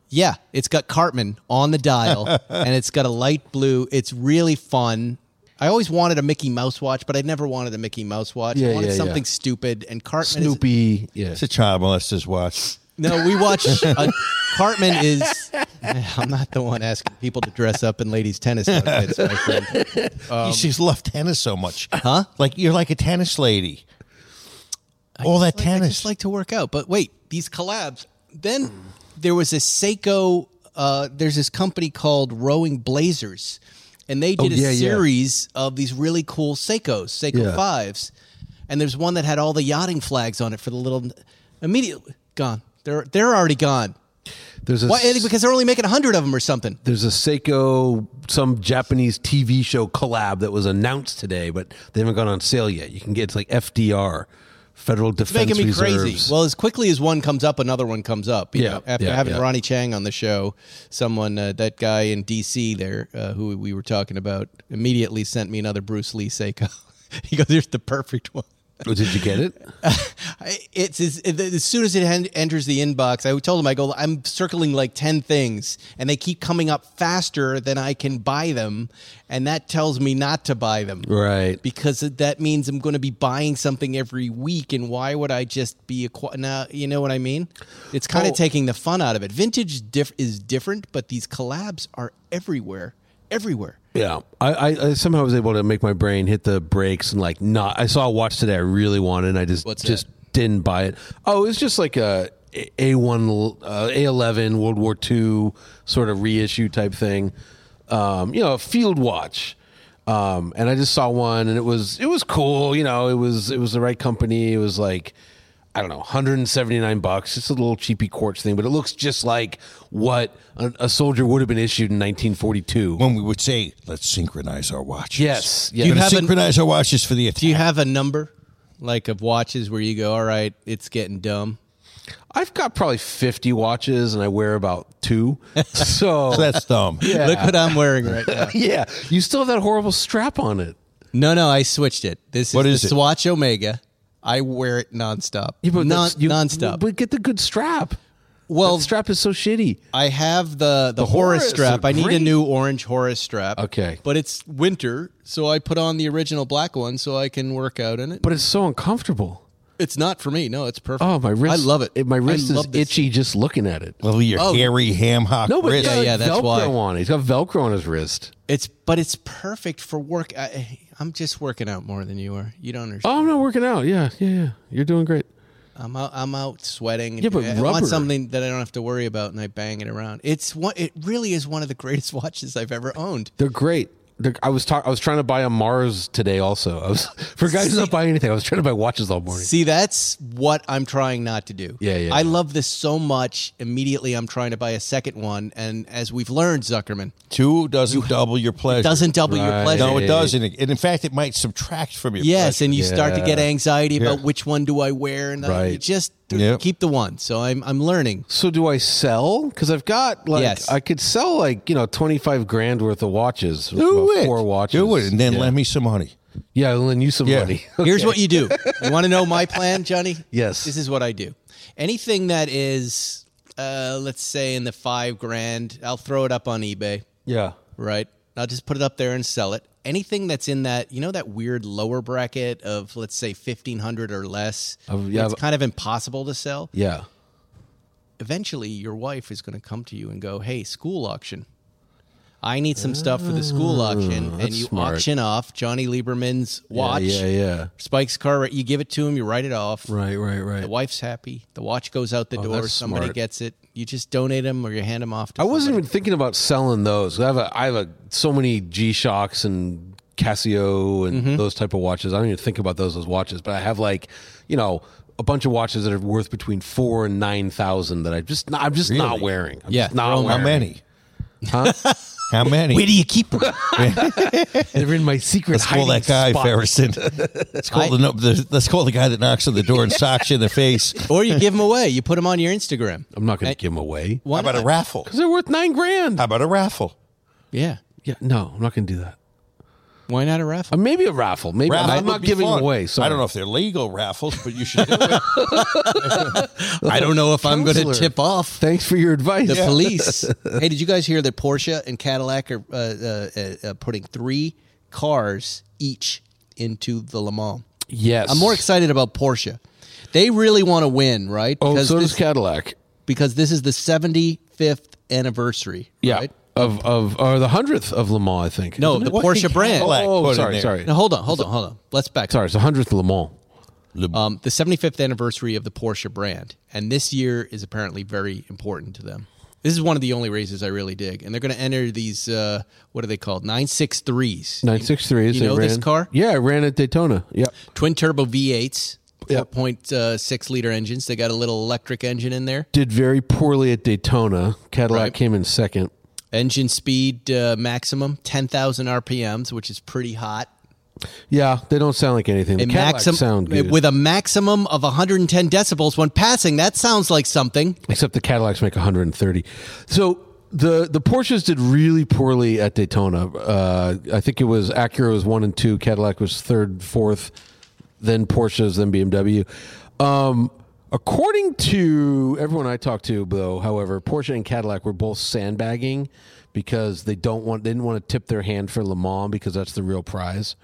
Speaker 1: yeah, it's got Cartman on the dial, and it's got a light blue. It's really fun. I always wanted a Mickey Mouse watch, but I never wanted a Mickey Mouse watch.
Speaker 4: Yeah,
Speaker 1: I wanted
Speaker 4: yeah,
Speaker 1: something
Speaker 4: yeah.
Speaker 1: stupid, and Cartman is
Speaker 4: Snoopy, yeah.
Speaker 5: It's a child molester's watch.
Speaker 1: No, we watch. Uh, Cartman is. I'm not the one asking people to dress up in ladies' tennis outfits, my friend.
Speaker 5: She's loved tennis so much. Huh? Like you're like a tennis lady. All that
Speaker 1: I
Speaker 5: tennis.
Speaker 1: just like to work out. But wait, these collabs. Then there was a Seiko. Uh, there's this company called Rowing Blazers, and they did
Speaker 4: Oh, yeah,
Speaker 1: a
Speaker 4: yeah.
Speaker 1: series of these really cool Seikos, Seiko
Speaker 4: Yeah.
Speaker 1: fives. And there's one that had all the yachting flags on it for the little. Immediately gone. They're they're already gone.
Speaker 4: There's a
Speaker 1: Why? Because they're only making hundred of them or something.
Speaker 4: There's a Seiko, some Japanese TV show collab that was announced today, but they haven't gone on sale yet. You can get it's like FDR, Federal Defense
Speaker 1: making me
Speaker 4: Reserves.
Speaker 1: crazy. Well, as quickly as one comes up, another one comes up. you
Speaker 4: Yeah,
Speaker 1: know. after
Speaker 4: yeah,
Speaker 1: having
Speaker 4: yeah.
Speaker 1: Ronnie Chang on the show, someone uh, that guy in D.C. there uh, who we were talking about immediately sent me another Bruce Lee Seiko. he goes, "Here's the perfect one."
Speaker 4: Oh, did you get it?
Speaker 1: I- It's as, as soon as it hen- enters the inbox, I told him, I go, I'm circling like 10 things, and they keep coming up faster than I can buy them. And that tells me not to buy them.
Speaker 4: Right.
Speaker 1: Because that means I'm going to be buying something every week. And why would I just be a. Aqu- now, you know what I mean? It's kind of
Speaker 4: Oh.
Speaker 1: taking the fun out of it. Vintage diff- is different, but these collabs are everywhere. Everywhere.
Speaker 4: Yeah, I, I, I somehow was able to make my brain hit the brakes and like not. I saw a watch today I really wanted, and I just
Speaker 1: What's
Speaker 4: just
Speaker 1: that?
Speaker 4: didn't buy it. Oh, it's just like a a one uh, a eleven World War II sort of reissue type thing. Um, you know, a field watch. Um, and I just saw one, and it was it was cool. You know, it was it was the right company. It was like. I don't know, 179 bucks. It's a little cheapy quartz thing, but it looks just like what a, a soldier would have been issued in 1942.
Speaker 5: when we would say, "Let's synchronize our watches."
Speaker 4: Yes, yes.
Speaker 5: We're
Speaker 4: You
Speaker 5: gonna
Speaker 1: have an-
Speaker 5: synchronize our watches for the attack.
Speaker 1: Do you have a number like of watches where you go, all right, it's getting dumb?
Speaker 4: I've got probably 50 watches and I wear about two. So,
Speaker 5: That's dumb.
Speaker 4: yeah.
Speaker 1: Look what I'm wearing right now.
Speaker 4: yeah. You still have that horrible strap on it.
Speaker 1: No, no, I switched it. This is
Speaker 5: What
Speaker 1: the
Speaker 5: is it?
Speaker 1: Swatch Omega. I wear it nonstop.
Speaker 4: You put
Speaker 1: Non,
Speaker 4: that's- you-
Speaker 1: nonstop.
Speaker 4: But get the good strap.
Speaker 1: well,
Speaker 4: That strap is so shitty.
Speaker 1: I have the the,
Speaker 4: Horus
Speaker 1: Horus,
Speaker 4: are
Speaker 1: strap. I need a
Speaker 4: great.
Speaker 1: new orange Horus strap.
Speaker 4: Okay.
Speaker 1: but it's winter, so I put on the original black one so I can work out in it.
Speaker 4: But it's so uncomfortable.
Speaker 1: it's not for me. No, it's perfect.
Speaker 4: Oh, my wrist.
Speaker 1: I love it.
Speaker 4: My
Speaker 1: I
Speaker 4: wrist is
Speaker 1: love this.
Speaker 4: itchy just looking at it.
Speaker 5: Well, your
Speaker 1: Oh.
Speaker 5: hairy ham hock
Speaker 4: No, but uh,
Speaker 5: wrist.
Speaker 4: he's got
Speaker 1: yeah, that's
Speaker 4: Velcro
Speaker 1: why.
Speaker 4: on. it. He's got Velcro on his wrist.
Speaker 1: It's but it's perfect for work. I, I'm just working out more than you are. You don't understand.
Speaker 4: Oh, I'm not working out. Yeah, yeah, yeah. You're doing great.
Speaker 1: I'm out. I'm out sweating.
Speaker 4: Yeah, but
Speaker 1: I
Speaker 4: rubber.
Speaker 1: want something that I don't have to worry about, and I bang it around. It's one. It really is one of the greatest watches I've ever owned.
Speaker 4: They're great. there- I was talk, I was trying to buy a Mars today. Also, I was for guys not buying anything. I was trying to buy watches all morning.
Speaker 1: See, that's what I'm trying not to do.
Speaker 4: Yeah, yeah.
Speaker 1: I love this so much. Immediately, I'm trying to buy a second one, and as we've learned, Zuckerman
Speaker 5: Two doesn't double your pleasure.
Speaker 1: doesn't double your
Speaker 4: Right.
Speaker 1: pleasure.
Speaker 5: No,
Speaker 4: Yeah.
Speaker 5: it doesn't. And in fact, it might subtract from your
Speaker 1: Yes,
Speaker 5: pleasure.
Speaker 1: and you start to get
Speaker 4: Yeah.
Speaker 1: anxiety about
Speaker 5: Yeah.
Speaker 1: which one do I wear, and I, you
Speaker 4: Right.
Speaker 1: just
Speaker 5: Yep.
Speaker 1: keep the one. So I'm I'm learning.
Speaker 4: So do I sell? Because I've got like
Speaker 1: Yes.
Speaker 4: I could sell like you know twenty five grand worth of watches.
Speaker 5: do
Speaker 4: about
Speaker 5: it.
Speaker 4: Four watches.
Speaker 5: Do it, and then
Speaker 4: yeah.
Speaker 5: lend me some money.
Speaker 4: Yeah, I'll lend you some
Speaker 5: Yeah.
Speaker 4: money.
Speaker 1: Here's what you do. You want to know my plan, Johnny?
Speaker 4: Yes.
Speaker 1: This is what I do. Anything that is, uh, let's say, in the five grand, I'll throw it up on eBay.
Speaker 4: yeah.
Speaker 1: right? I'll just put it up there and sell it. Anything that's in that, you know, that weird lower bracket of let's say fifteen hundred or less,
Speaker 4: Of- yeah,
Speaker 1: it's
Speaker 4: but-
Speaker 1: kind of impossible to sell.
Speaker 4: Yeah.
Speaker 1: Eventually, your wife is going to come to you and go, "Hey, school auction." I need some stuff for the school auction, and
Speaker 4: Oh, that's
Speaker 1: you
Speaker 4: smart.
Speaker 1: auction off Johnny Lieberman's watch,
Speaker 4: Yeah, yeah.
Speaker 1: Spike's car. You give it to him, you write it off.
Speaker 4: Right, right, right.
Speaker 1: The wife's happy. The watch goes out the door.
Speaker 4: that's
Speaker 1: Somebody
Speaker 4: smart.
Speaker 1: gets it. You just donate them or you hand them off. to
Speaker 4: I wasn't
Speaker 1: somebody.
Speaker 4: even thinking about selling those. I have a, I have a, so many G Shocks and Casio and
Speaker 5: Mm-hmm.
Speaker 4: those type of watches. I don't even think about those as watches, but I have like, you know, a bunch of watches that are worth between four and nine thousand that I just not, I'm just not
Speaker 5: Really?
Speaker 4: wearing. I'm
Speaker 1: Yeah.
Speaker 4: just not
Speaker 1: How
Speaker 5: How
Speaker 4: wearing.
Speaker 5: many? Huh? How many?
Speaker 1: Where do you keep them?
Speaker 4: They're in my secret.
Speaker 5: Let's call that guy
Speaker 4: hiding spot.
Speaker 5: Ferrison. Let's call the, no- the let's call the guy that knocks on the door and socks you in the face.
Speaker 1: or you give them away. You put them on your Instagram.
Speaker 4: I'm not going to give them away
Speaker 1: Why
Speaker 5: How about a
Speaker 1: not?
Speaker 5: raffle?
Speaker 4: because they're worth nine grand.
Speaker 1: Uh,
Speaker 5: How about a raffle?
Speaker 1: Yeah.
Speaker 4: yeah, no, I'm not going to do that.
Speaker 1: Why not a raffle?
Speaker 4: Uh, maybe a raffle. Maybe
Speaker 5: Raffle
Speaker 4: I'm not
Speaker 5: would be
Speaker 4: giving
Speaker 5: fun.
Speaker 4: away. So
Speaker 5: I don't know if they're legal raffles, but you should do it.
Speaker 1: I don't know if I'm going to
Speaker 4: Counselor.
Speaker 1: tip off
Speaker 4: Thanks for your advice.
Speaker 1: the police. hey, did you guys hear that Porsche and Cadillac are uh, uh, uh, uh, putting three cars each into the Le Mans?
Speaker 4: Yes,
Speaker 1: I'm more excited about Porsche. They really want to win, right?
Speaker 4: Oh,
Speaker 1: Because,
Speaker 4: so does
Speaker 1: this,
Speaker 4: Cadillac.
Speaker 1: because this is the 75th anniversary.
Speaker 4: Yeah.
Speaker 1: Right?
Speaker 4: Of of or the hundredth of Le Mans, I think.
Speaker 1: No,
Speaker 4: Isn't
Speaker 1: the
Speaker 4: it?
Speaker 1: Porsche brand.
Speaker 5: Cadillac
Speaker 4: Oh,
Speaker 5: put in
Speaker 4: sorry,
Speaker 5: there?
Speaker 4: sorry,
Speaker 1: Now, hold on, hold on, hold on. Let's back.
Speaker 4: sorry. It's the hundredth Le Mans.
Speaker 1: Um, the 75th anniversary of the Porsche brand, and this year is apparently very important to them. This is one of the only races I really dig, and they're going to enter these uh, what are they called? Nine six threes,
Speaker 4: Nine six three.
Speaker 1: You know this car?
Speaker 4: Yeah, I ran at Daytona. Yeah,
Speaker 1: twin turbo V eights,
Speaker 4: Yeah.
Speaker 1: four point uh, six liter engines. They got a little electric engine in there.
Speaker 4: did very poorly at Daytona. Cadillac
Speaker 1: Right.
Speaker 4: came in second.
Speaker 1: Engine speed uh, maximum ten thousand RPMs, which is pretty hot.
Speaker 4: Yeah, they don't sound like anything. The
Speaker 1: A
Speaker 4: Cadillac
Speaker 1: maxim-
Speaker 4: sound good,
Speaker 1: with a maximum of 110 decibels when passing. That sounds like something.
Speaker 4: except the Cadillacs make 130. So the the Porsches did really poorly at Daytona. Uh, I think it was Acura was one and two, Cadillac was third, fourth, then Porsches, then BMW. Um, according to everyone I talked to, though, however, Porsche and Cadillac were both sandbagging because they don't want they didn't want to tip their hand for Le Mans because that's the real prize.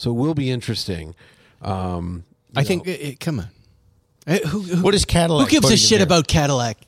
Speaker 4: So it will be interesting. Um,
Speaker 1: I think. uh, uh, come on, Uh, who- who
Speaker 5: What is Cadillac?
Speaker 1: Who gives a
Speaker 5: putting in
Speaker 1: shit
Speaker 5: there?
Speaker 1: about Cadillac?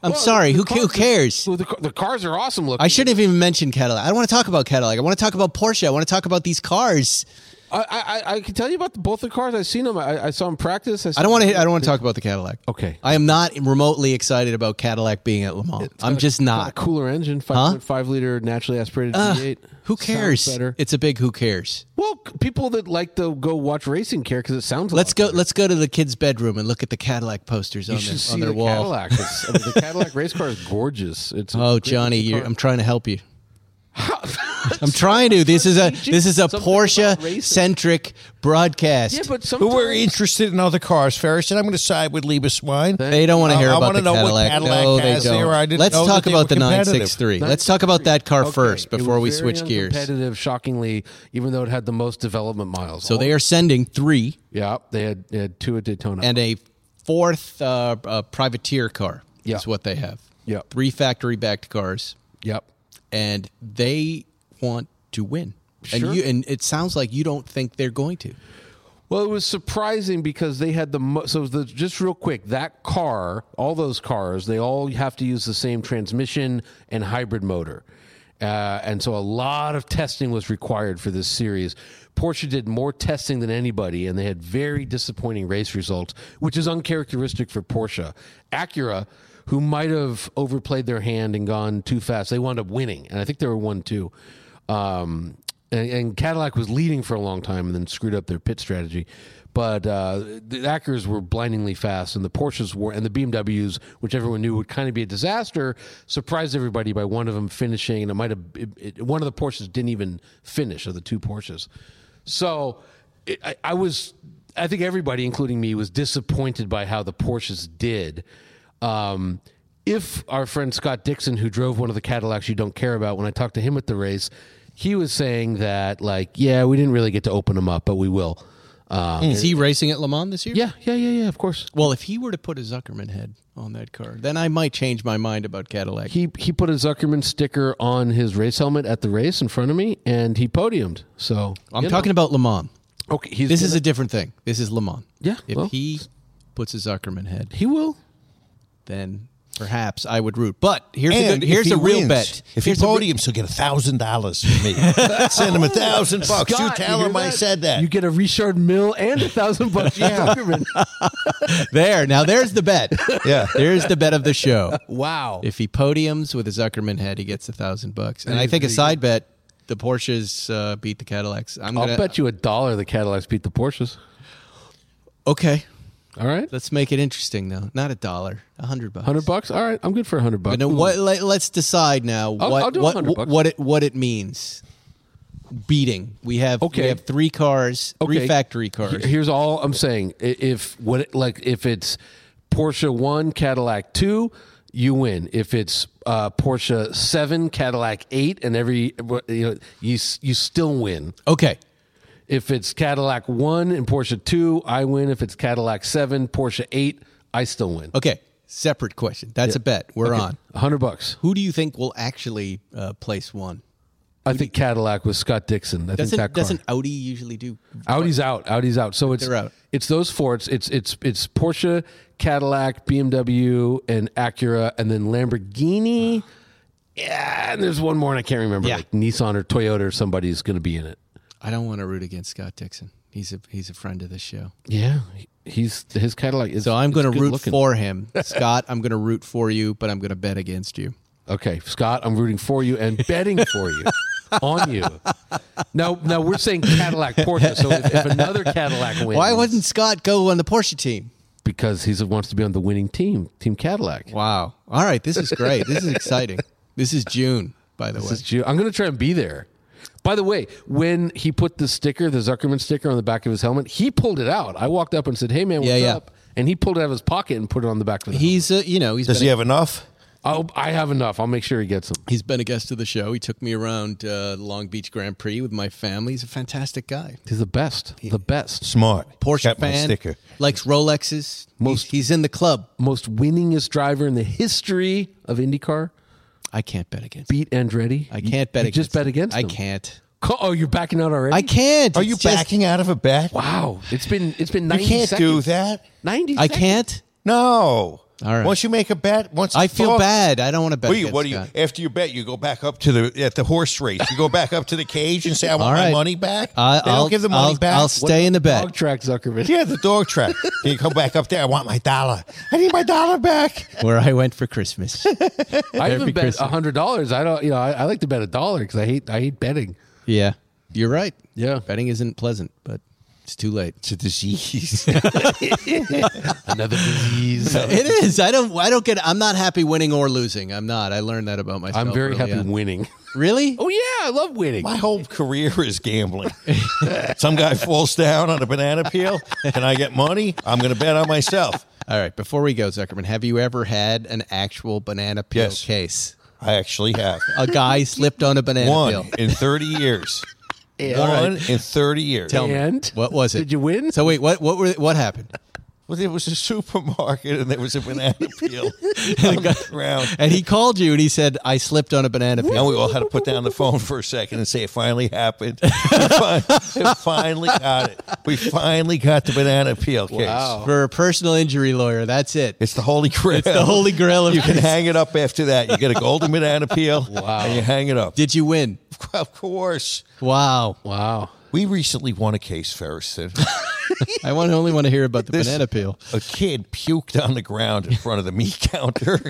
Speaker 1: I'm sorry.
Speaker 4: the
Speaker 1: Who, ca- who
Speaker 4: cars-
Speaker 1: cares?
Speaker 4: Well, the, ca- the cars are awesome looking.
Speaker 1: I shouldn't have even mentioned Cadillac. I don't want to talk about Cadillac. I want to talk about Porsche. I want to talk about these cars.
Speaker 4: I, I, I can tell you about the, both the cars. I've seen them. I, I saw them practice.
Speaker 1: I don't want to. I don't want to talk about the Cadillac.
Speaker 4: Okay.
Speaker 1: I am not remotely excited about Cadillac being at Le Mans. I'm just
Speaker 4: Got a
Speaker 1: not.
Speaker 4: cooler engine, five point five liter naturally aspirated V8.
Speaker 1: Who
Speaker 4: Sounds
Speaker 1: cares?
Speaker 4: better.
Speaker 1: It's a big who cares.
Speaker 4: well, c- people that like to go watch racing care because it sounds. a
Speaker 1: Let's
Speaker 4: lot
Speaker 1: go.
Speaker 4: better.
Speaker 1: Let's go to the kids' bedroom and look at the Cadillac posters on
Speaker 4: You
Speaker 1: their,
Speaker 4: should see
Speaker 1: on their
Speaker 4: the
Speaker 1: wall.
Speaker 4: Cadillac. It's- I mean, the Cadillac race car is gorgeous. It's a
Speaker 1: Oh,
Speaker 4: great
Speaker 1: Johnny,
Speaker 4: looking
Speaker 1: you're,
Speaker 4: car.
Speaker 1: I'm trying to help you. I'm trying to. This is a this is a
Speaker 4: Something about
Speaker 1: Porsche centric broadcast.
Speaker 4: yeah, but some
Speaker 5: But we're interested in other cars, Ferris, and I'm going to side with Liebeswine.
Speaker 1: They don't want to
Speaker 5: I-
Speaker 1: hear
Speaker 5: I
Speaker 1: about
Speaker 5: wanna
Speaker 1: the
Speaker 5: know what
Speaker 1: Cadillac.
Speaker 5: Cadillac
Speaker 1: no, they
Speaker 5: has there.
Speaker 1: don't.
Speaker 5: I didn't
Speaker 1: Let's
Speaker 5: know
Speaker 1: talk
Speaker 5: that they
Speaker 1: about
Speaker 5: were
Speaker 1: the
Speaker 5: competitive.
Speaker 1: 963. Let's talk about that car first before we switch gears.
Speaker 4: Competitive, shockingly, even though it had the most development miles. Oh,
Speaker 1: So they are sending three
Speaker 4: yeah, they had, they had two at Daytona.
Speaker 1: and a fourth uh, uh, privateer car
Speaker 4: Yeah.
Speaker 1: is what they have.
Speaker 4: Yeah.
Speaker 1: Three factory backed cars,
Speaker 4: yep,
Speaker 1: and they want to win.
Speaker 4: Sure.
Speaker 1: And you and it sounds like you don't think they're going to.
Speaker 4: Well, it was surprising because they had the mo- so the, just real quick that car, all those cars, they all have to use the same transmission and hybrid motor, uh, and so a lot of testing was required for this series. Porsche did more testing than anybody, and they had very disappointing race results, which is uncharacteristic for Porsche. Acura, who might have overplayed their hand and gone too fast, they wound up winning, and I think they were one two. Um, and, and Cadillac was leading for a long time and then screwed up their pit strategy. But uh, the Acura's were blindingly fast, and the Porsches were, and the BMWs, which everyone knew would kind of be a disaster, surprised everybody by one of them finishing, and it might have it, it, one of the Porsches didn't even finish of the two Porsches. So it, I, I was, I think everybody, including me, was disappointed by how the Porsches did. Um, if our friend Scott Dixon, who drove one of the Cadillacs you don't care about, when I talked to him at the race, he was saying that like, yeah, we didn't really get to open them up, but we will. Um,
Speaker 1: Is he racing at Le Mans this year?
Speaker 4: yeah, yeah, yeah, yeah. Of course,
Speaker 1: Uh, Well, if he were to put a Zuckerman head on that car, then I might change my mind about Cadillac.
Speaker 4: he he put a Zuckerman sticker on his race helmet at the race in front of me, and he podiumed. So
Speaker 1: I'm
Speaker 4: you know.
Speaker 1: talking about Le Mans.
Speaker 4: Okay, he's
Speaker 1: This
Speaker 4: gonna-
Speaker 1: is a different thing. This is Le Mans.
Speaker 4: Yeah,
Speaker 1: If
Speaker 4: well-
Speaker 1: he puts a Zuckerman head,
Speaker 4: he will.
Speaker 1: then perhaps I would root. But here's a
Speaker 5: And
Speaker 1: good,
Speaker 5: if
Speaker 1: here's
Speaker 5: he
Speaker 1: a real
Speaker 5: wins,
Speaker 1: bet.
Speaker 5: If he
Speaker 1: Here's a re-
Speaker 5: podiums, he'll get a thousand dollars from me. Send him a thousand bucks. You
Speaker 4: Scott,
Speaker 5: tell
Speaker 4: hear
Speaker 5: him I
Speaker 4: that?
Speaker 5: said that.
Speaker 4: You get a Richard Mill and a thousand bucks. for Zuckerman.
Speaker 1: there. Now there's the bet.
Speaker 5: Yeah.
Speaker 1: There's the bet of the show.
Speaker 4: Wow.
Speaker 1: If he podiums with a Zuckerman head, he gets a thousand bucks. And I think a side bet, the Porsches uh, beat the Cadillacs. I'm
Speaker 4: I'll
Speaker 1: gonna
Speaker 4: bet you a dollar the Cadillacs beat the Porsches.
Speaker 1: Okay,
Speaker 4: All right,
Speaker 1: let's make it interesting though. Not a dollar, a hundred bucks.
Speaker 4: hundred bucks. All right, I'm good for a hundred bucks.
Speaker 1: But now what? Let, us decide now
Speaker 4: I'll-
Speaker 1: what
Speaker 4: I'll do a hundred
Speaker 1: what
Speaker 4: bucks.
Speaker 1: what it what it means. Beating. We have we
Speaker 4: Okay.
Speaker 1: have three cars, three
Speaker 4: Okay.
Speaker 1: factory cars.
Speaker 4: Here- Here's all I'm saying. I- If what it- like if it's Porsche one, Cadillac two, you win. If it's uh, Porsche seven, Cadillac eight, and every you know you s- you still win.
Speaker 1: Okay.
Speaker 4: If it's Cadillac one and Porsche two, I win. If it's Cadillac seven, Porsche eight, I still win.
Speaker 1: Okay. Separate question. That's a bet. We're on.
Speaker 4: A hundred bucks.
Speaker 1: Who do you think will actually uh, place one?
Speaker 4: I think Cadillac was Scott Dixon. I think
Speaker 1: Doesn't
Speaker 4: that car.
Speaker 1: doesn't Audi usually do?
Speaker 4: Audi's out. Audi's out. So it's
Speaker 1: They're out.
Speaker 4: it's those four. It's it's it's it's Porsche, Cadillac, BMW, and Acura, and then Lamborghini. Yeah, and there's one more, and I can't remember.
Speaker 1: Yeah.
Speaker 4: Like Nissan or Toyota or somebody's going to be in it.
Speaker 1: I don't want to root against Scott Dixon. He's a he's a friend of the show.
Speaker 4: Yeah, he's his Cadillac is.
Speaker 1: So I'm going
Speaker 4: it's
Speaker 1: to
Speaker 4: good
Speaker 1: root
Speaker 4: looking.
Speaker 1: for him, Scott. I'm going to root for you, but I'm going to bet against you.
Speaker 4: Okay, Scott, I'm rooting for you and betting for you. On you. Now, now we're saying Cadillac Porsche. So if, if another Cadillac wins,
Speaker 1: Why wouldn't Scott go on the Porsche team?
Speaker 4: because he wants to be on the winning team, Team Cadillac.
Speaker 1: Wow. All right. This is great. This is exciting. This is June, by the way.
Speaker 4: This is Ju- I'm going to try and be there. By the way, when he put the sticker, the Zuckerman sticker on the back of his helmet, he pulled it out. I walked up and said, "Hey man, what's
Speaker 1: Yeah, yeah.
Speaker 4: up?" And he pulled it out of his pocket and put it on the back of the helmet.
Speaker 1: He's a, you know, he's
Speaker 5: Does
Speaker 1: been
Speaker 5: he
Speaker 1: a,
Speaker 5: have enough?
Speaker 4: I'll, I have enough. I'll make sure he gets them.
Speaker 1: he's been a guest of the show. He took me around uh, Long Beach Grand Prix with my family. He's a fantastic guy.
Speaker 4: He's the best. The best.
Speaker 5: Smart.
Speaker 1: Porsche
Speaker 5: Got my
Speaker 1: fan.
Speaker 5: sticker.
Speaker 1: Likes Rolexes.
Speaker 4: Most-
Speaker 1: he's, he's in the club.
Speaker 4: Most winningest driver in the history of IndyCar.
Speaker 1: I can't bet against.
Speaker 4: Beat Andretti.
Speaker 1: I can't bet
Speaker 4: You
Speaker 1: against.
Speaker 4: Just bet
Speaker 1: him.
Speaker 4: against.
Speaker 1: I
Speaker 4: him.
Speaker 1: can't.
Speaker 4: Co- Oh, you're backing out already.
Speaker 1: I can't.
Speaker 5: Are
Speaker 1: It's
Speaker 5: you
Speaker 1: just-
Speaker 5: backing out of a bet?
Speaker 4: Wow. It's been it's been
Speaker 5: You
Speaker 4: 90
Speaker 5: can't
Speaker 4: seconds.
Speaker 5: do that.
Speaker 4: 90.
Speaker 1: I
Speaker 4: seconds.
Speaker 1: can't.
Speaker 5: No. All
Speaker 1: right.
Speaker 5: Once you make a bet, once
Speaker 1: I
Speaker 5: it's
Speaker 1: feel
Speaker 5: off-
Speaker 1: bad. I don't want to bet.
Speaker 5: What do you?
Speaker 1: against
Speaker 5: What do you?
Speaker 1: Scott.
Speaker 5: After you bet, you go back up to the at the horse race. You go back up to the cage and say, "I want
Speaker 1: All
Speaker 5: my
Speaker 1: right.
Speaker 5: money back."
Speaker 1: I-
Speaker 5: they
Speaker 1: I'll-
Speaker 5: don't give the money
Speaker 1: I'll-
Speaker 5: back.
Speaker 1: I'll stay in the bet.
Speaker 4: Dog track Zuckerman.
Speaker 5: yeah, the dog track. then you come back up there. I want my dollar. I need my dollar back.
Speaker 1: Where I went for Christmas.
Speaker 4: I
Speaker 1: Every
Speaker 4: even bet
Speaker 1: Christmas.
Speaker 4: hundred dollars. I don't, you know, I, I like to bet a dollar because I hate, I hate betting.
Speaker 1: yeah, you're right.
Speaker 4: Yeah.
Speaker 1: betting isn't pleasant, but it's too late.
Speaker 5: It's a disease.
Speaker 4: Another disease.
Speaker 1: It is. I don't. I don't get. I'm not happy winning or losing. I'm not. I learned that about myself.
Speaker 4: I'm very
Speaker 1: early
Speaker 4: happy
Speaker 1: on.
Speaker 4: winning.
Speaker 1: Really?
Speaker 4: Oh yeah, I love winning.
Speaker 5: My whole career is gambling. Some guy falls down on a banana peel. Can I get money? I'm going to bet on myself.
Speaker 1: All right. Before we go, Zuckerman, have you ever had an actual banana peel
Speaker 5: Yes.
Speaker 1: case?
Speaker 5: I actually have
Speaker 1: A guy slipped on a banana
Speaker 5: one
Speaker 1: peel.
Speaker 5: in 30 years. One in 30 years.
Speaker 1: Tell
Speaker 4: And?
Speaker 1: me, what was it?
Speaker 4: Did you win?
Speaker 1: So wait, what? What were? What happened?
Speaker 5: Well, there was a supermarket and there was a banana peel on the ground.
Speaker 1: And he called you and he said, "I slipped on a banana peel."
Speaker 5: And we all had to put down the phone for a second and say it finally happened. We fin- it finally got it. We finally got the banana peel case.
Speaker 1: For a personal injury lawyer, that's it.
Speaker 5: It's the holy grail. It's
Speaker 1: the holy grail of
Speaker 5: You can
Speaker 1: cases.
Speaker 5: hang it up after that. You get a golden banana peel and you hang it up.
Speaker 1: Did you win?
Speaker 5: Of course.
Speaker 1: Wow.
Speaker 4: Wow.
Speaker 5: We recently won a case, Ferriston.
Speaker 1: I want, only want to hear about the
Speaker 5: This-
Speaker 1: banana peel.
Speaker 5: a kid puked on the ground in front of the meat counter.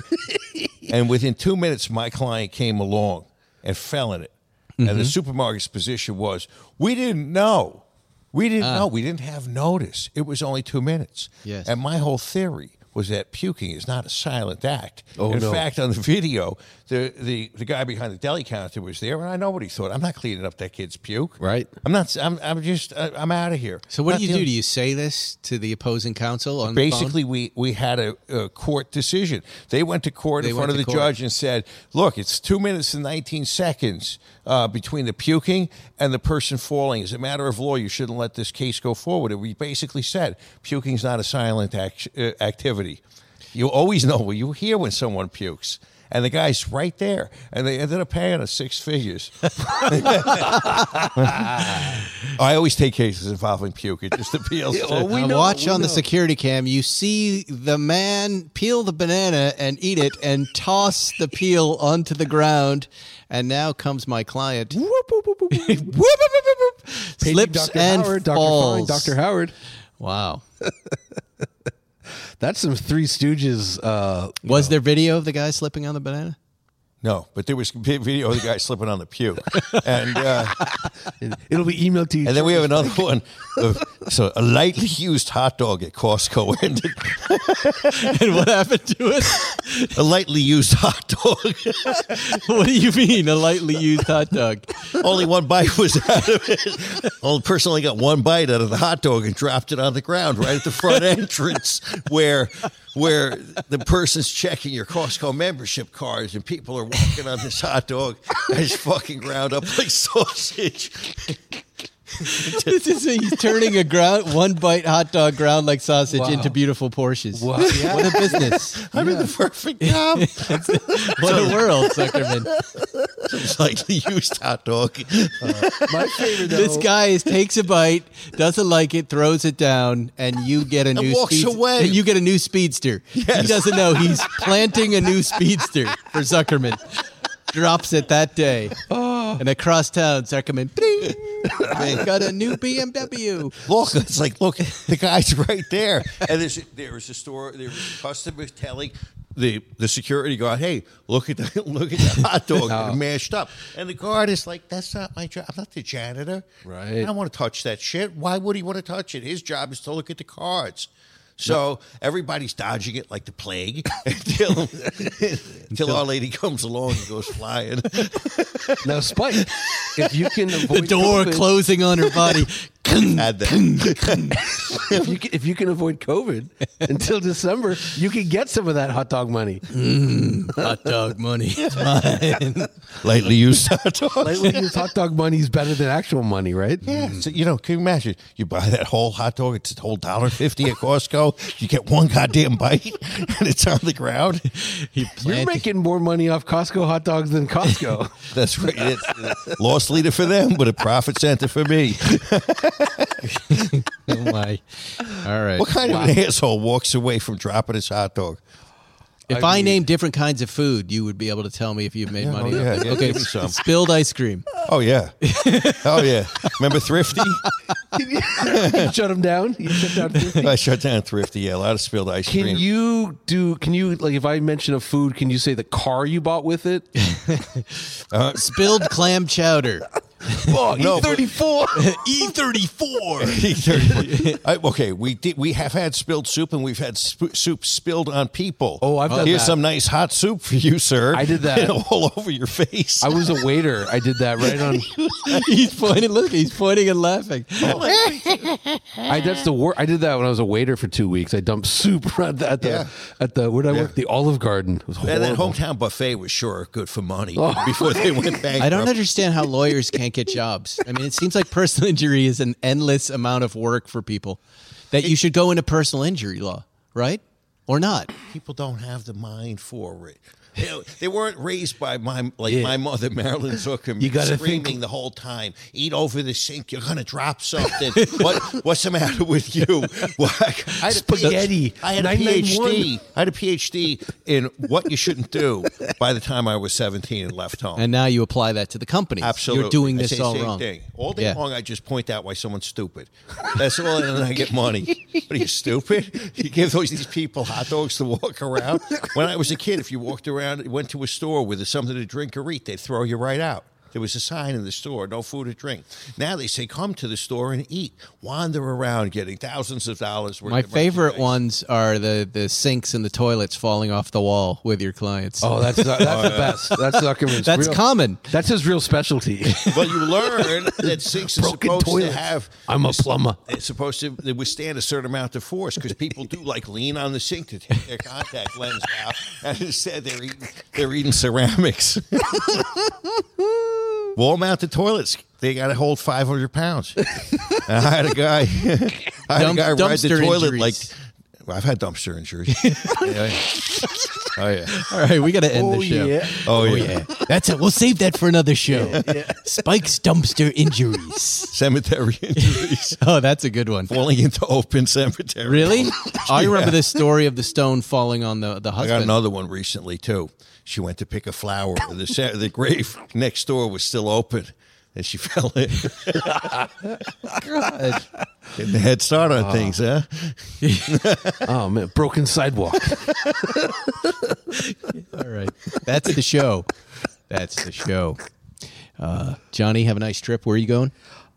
Speaker 5: and within two minutes, my client came along and fell in it. and
Speaker 1: Mm-hmm.
Speaker 5: the supermarket's position was, we didn't know. We didn't know. We didn't have notice. It was only two minutes.
Speaker 1: Ah. Yes.
Speaker 5: And my whole theory was that puking is not a silent act.
Speaker 4: Oh,
Speaker 5: In
Speaker 4: no.
Speaker 5: fact, on the video, the, the, the guy behind the deli counter was there, and I know what he thought. I'm not cleaning up that kid's puke.
Speaker 4: Right.
Speaker 5: I'm not. I'm, I'm just. I- I'm out of here.
Speaker 1: So what
Speaker 5: Not
Speaker 1: do you
Speaker 5: dealing-
Speaker 1: do? Do you say this to the opposing counsel on
Speaker 5: basically we we had a, a court decision. They went to court
Speaker 1: They
Speaker 5: in front of
Speaker 1: went
Speaker 5: the
Speaker 1: to court.
Speaker 5: judge and said, "Look, it's two minutes and nineteen seconds uh, between the puking and the person falling. As a matter of law, you shouldn't let this case go forward." And we basically said, "Puking's not a silent act- uh, activity. You always know when you hear when someone pukes." And the guy's right there, and they ended up paying us six figures. I always take cases involving puke. It just appeals. to
Speaker 4: well, we
Speaker 1: Uh,
Speaker 4: know,
Speaker 1: watch
Speaker 4: we
Speaker 1: on the
Speaker 4: know.
Speaker 1: security cam. You see the man peel the banana and eat it and toss the peel onto the ground. And now comes my client. Whoop, whoop, whoop, whoop, whoop, whoop, whoop, whoop.
Speaker 4: Paging
Speaker 1: Slips
Speaker 4: Dr.
Speaker 1: and
Speaker 4: Howard,
Speaker 1: falls.
Speaker 4: Dr. Fine, Dr. Howard.
Speaker 1: Wow.
Speaker 4: That's some Three Stooges. Uh,
Speaker 1: Was there video of the guy slipping on the banana?
Speaker 5: No, but there was vi- video of the guy slipping on the pew, and uh,
Speaker 4: it'll be emailed to you.
Speaker 5: and then we have another one. Of, so a lightly used hot dog at Costco ended.
Speaker 1: And what happened to it?
Speaker 5: A lightly used hot dog.
Speaker 1: what do you mean, a lightly used hot dog?
Speaker 5: only one bite was out of it. Old person only got one bite out of the hot dog and dropped it on the ground right at the front entrance where where the person's checking your Costco membership cards and people are walking on this hot dog and it's fucking ground up like sausage.
Speaker 1: this is he's turning a ground one bite hot dog ground like sausage
Speaker 4: Wow.
Speaker 1: into beautiful Porsches.
Speaker 4: Wow.
Speaker 1: What a business!
Speaker 5: I did the perfect job.
Speaker 1: What a world, Zuckerman.
Speaker 5: lightly used hot dog.
Speaker 4: My favorite, though,
Speaker 1: This guy is, takes a bite, doesn't like it, throws it down, and you get a new
Speaker 5: walks
Speaker 1: speed-
Speaker 5: away.
Speaker 1: You get a new speedster. He doesn't know he's planting a new speedster for Zuckerman. Drops it that day,
Speaker 5: Oh.
Speaker 1: and across town, Zuckerman, bling, I got a new BMW.
Speaker 5: Look, it's like look, the guy's right there, and there's there was a store, there was a customer telling the the security guard, "Hey, look at the look at the hot dog it mashed up," and the guard is like, "That's not my job. I'm not the janitor.
Speaker 4: Right.
Speaker 5: I don't want to touch that shit. Why would he want to touch it? His job is to look at the cards." So everybody's dodging it like the plague until, until our lady comes along and goes flying.
Speaker 4: now Spike, if you can avoid
Speaker 1: The door
Speaker 4: COVID,
Speaker 1: closing on her body.
Speaker 5: Add that.
Speaker 4: if you, can, if you can avoid COVID until December, you can get some of that hot dog money.
Speaker 1: hot dog money. It's mine.
Speaker 5: Lightly used hot dog.
Speaker 4: Lately, this hot dog money is better than actual money, right?
Speaker 5: Yeah, so, you know, can you imagine? You buy that whole hot dog; it's a whole dollar fifty at Costco. You get one goddamn bite, and it's on the ground.
Speaker 1: He
Speaker 4: You're
Speaker 1: planted-
Speaker 4: making more money off Costco hot dogs than Costco.
Speaker 5: That's right. It's loss leader for them, but a profit center for me.
Speaker 1: Oh my! All right.
Speaker 5: What kind of an asshole walks away from dropping his hot dog?
Speaker 1: If I, named different kinds of food, you would be able to tell me if you've made
Speaker 5: Yeah,
Speaker 1: money.
Speaker 5: oh,
Speaker 1: off
Speaker 5: yeah,
Speaker 1: it.
Speaker 5: yeah,
Speaker 1: okay.
Speaker 5: give me some.
Speaker 1: Spilled ice cream.
Speaker 5: Oh yeah, oh yeah. Remember Thrifty?
Speaker 4: you shut them down. You shut down. Disney?
Speaker 5: I shut down Thrifty. Yeah, a lot of spilled ice
Speaker 4: Can
Speaker 5: cream.
Speaker 4: you do? Can you like if I mention a food? Can you say the car you bought with it?
Speaker 1: Spilled clam chowder.
Speaker 4: Oh,
Speaker 5: No, but-
Speaker 4: four.
Speaker 1: E thirty four.
Speaker 5: E I, okay, we did. We have had spilled soup, and we've had sp- soup spilled on people.
Speaker 4: Oh, I've done
Speaker 5: Here's
Speaker 4: that.
Speaker 5: some nice hot soup for you, sir.
Speaker 4: I did that.
Speaker 5: And all over your face.
Speaker 4: I was a waiter. I did that right on.
Speaker 1: He's pointing. Look, he's pointing and laughing.
Speaker 4: I that's the wor I did that when I was a waiter for two weeks. I dumped soup at the at the,
Speaker 5: Yeah.
Speaker 4: at the where did I
Speaker 5: Yeah.
Speaker 4: work? The Olive Garden. It was
Speaker 5: and that
Speaker 4: horrible. Oh.
Speaker 5: hometown buffet was sure good for money before they went bankrupt.
Speaker 1: I don't understand how lawyers can't get jobs. I mean, it seems like personal injury is an endless amount of work for people. That you should go into personal injury law, right? Or not?
Speaker 5: People don't have the mind for it. You know, they weren't raised by my like my mother Marilyn Zuckerman
Speaker 4: You gotta
Speaker 5: screaming the whole time. Eat over the sink. You're gonna drop something. what what's the matter with you? Well, I, I had a
Speaker 4: Spaghetti.
Speaker 5: PhD. I had a
Speaker 4: 991.
Speaker 5: PhD. I had a PhD in what you shouldn't do. By the time I was 17 and left home,
Speaker 1: And now you apply that to the company.
Speaker 5: Absolutely.
Speaker 1: You're doing
Speaker 5: I
Speaker 1: this
Speaker 5: say the
Speaker 1: all
Speaker 5: same
Speaker 1: wrong.
Speaker 5: Thing. All day
Speaker 1: Yeah.
Speaker 5: long, I just point out why someone's stupid. That's all, and then I get money. What are you stupid? You give those these people hot dogs to walk around. When I was a kid, if you walked around, went to a store with something to drink or eat, they'd throw you right out. There was a sign in the store, no food or drink. Now they say, come to the store and eat. Wander around getting thousands of dollars worth
Speaker 1: My
Speaker 5: of
Speaker 1: favorite ones
Speaker 5: merchandise.
Speaker 1: are the, the sinks and the toilets falling off the wall with your clients.
Speaker 4: Oh, that's not, that's the best. That's Zuckerman's.
Speaker 1: That's
Speaker 4: real-
Speaker 1: common.
Speaker 4: That's his real specialty.
Speaker 5: But you learn that sinks are
Speaker 4: Broken
Speaker 5: supposed
Speaker 4: toilets.
Speaker 5: to have.
Speaker 4: I'm a plumber.
Speaker 5: It's supposed to they withstand a certain amount of force because people do like lean on the sink to take their contact lens out, and instead they're eating they're eating ceramics. Wall mounted toilets. They got to hold 500 pounds. And I had a guy, I had
Speaker 1: Dump-
Speaker 5: a guy ride the
Speaker 1: dumpster
Speaker 5: toilet
Speaker 1: injuries.
Speaker 5: like. well, I've had dumpster injuries. Yeah, yeah. Oh yeah.
Speaker 1: All right, we got to end the show.
Speaker 5: Oh yeah.
Speaker 1: That's it. We'll save that for another show. Spike's dumpster injuries.
Speaker 5: Cemetery injuries.
Speaker 1: Oh, that's a good one.
Speaker 5: Falling into open cemetery.
Speaker 1: Really? I remember this story of the stone falling on the, the
Speaker 5: I got
Speaker 1: husband.
Speaker 5: another one recently too. She went to pick a flower. The sa- the grave next door was still open, and she fell in. Getting a head start on
Speaker 4: Ah.
Speaker 5: things, huh?
Speaker 4: Oh man, broken sidewalk.
Speaker 1: All right. That's the show. That's the show. Uh, Johnny, have a nice trip. Where are you going?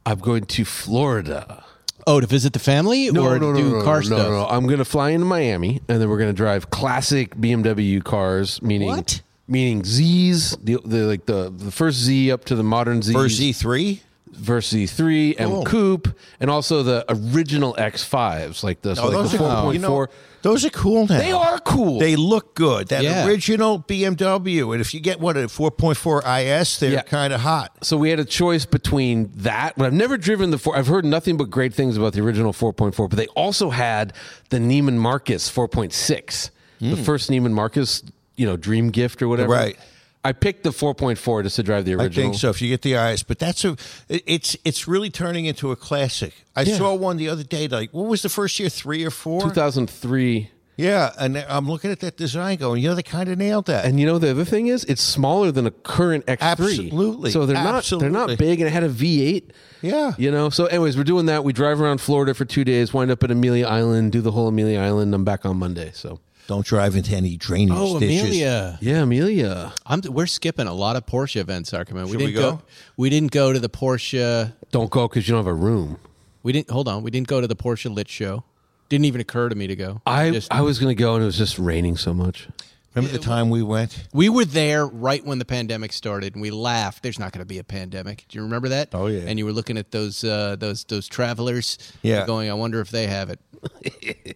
Speaker 4: I'm going to Florida.
Speaker 1: Oh, to visit the family or to do car
Speaker 4: no,
Speaker 1: stuff?
Speaker 4: No, no, I'm going to fly into Miami, and then we're going to drive classic BMW cars, meaning
Speaker 1: What?
Speaker 4: meaning Z's, the, the like the the first Z up to the modern Z, Oh.
Speaker 5: For Z E three,
Speaker 4: versus Z3 and Coupe, and also the original X5s, like the, so like the 4.4.
Speaker 5: You know, those are cool now.
Speaker 4: They are cool.
Speaker 5: They look good. That
Speaker 1: Yeah.
Speaker 5: original BMW, and if you get one at 4.4 IS, they're
Speaker 4: Yeah.
Speaker 5: kind of hot.
Speaker 4: so we had a choice between that, but I've never driven the four. I've heard nothing but great things about the original 4.4, but they also had the Neiman Marcus 4.6, the first Neiman Marcus, you know, dream gift or whatever.
Speaker 5: Hmm. Right.
Speaker 4: I picked the 4.4 just to drive the
Speaker 5: I
Speaker 4: original.
Speaker 5: think so. If you get the IS, but that's a it- it's it's really turning into a classic. I saw one the other day. Like, what was the first year? Three or four?
Speaker 4: 2003.
Speaker 5: Yeah, and I'm looking at that design going, yeah, they kind of nailed that.
Speaker 4: And you know the other thing is, it's smaller than a current X3.
Speaker 5: Absolutely.
Speaker 4: So they're not they're
Speaker 5: Absolutely.
Speaker 4: not big, and it had a V8.
Speaker 5: Yeah.
Speaker 4: You know. So, anyways, we're doing that. We drive around Florida for two days, wind up at Amelia Island, do the whole Amelia Island. I'm back on Monday. So
Speaker 5: Don't drive into any drainage
Speaker 1: Oh,
Speaker 5: ditches.
Speaker 1: Amelia.
Speaker 4: yeah, Amelia.
Speaker 1: I'm, we're skipping a lot of Porsche events, Arkman. We
Speaker 5: Should
Speaker 1: didn't
Speaker 5: we go?
Speaker 1: We didn't go to the Porsche.
Speaker 4: Don't go because you don't have a room.
Speaker 1: We didn't hold on. We didn't go to the Porsche Lit Show. Didn't even occur to me to go.
Speaker 4: I
Speaker 1: Just-
Speaker 4: I was gonna go, and it was just raining so much.
Speaker 5: Remember the time we went?
Speaker 1: we were there right when the pandemic started, and we laughed. There's not going to be a pandemic. Do you remember that?
Speaker 5: Oh, yeah.
Speaker 1: And you were looking at those uh, those those travelers.
Speaker 5: Yeah.
Speaker 1: Going, I wonder if they have it.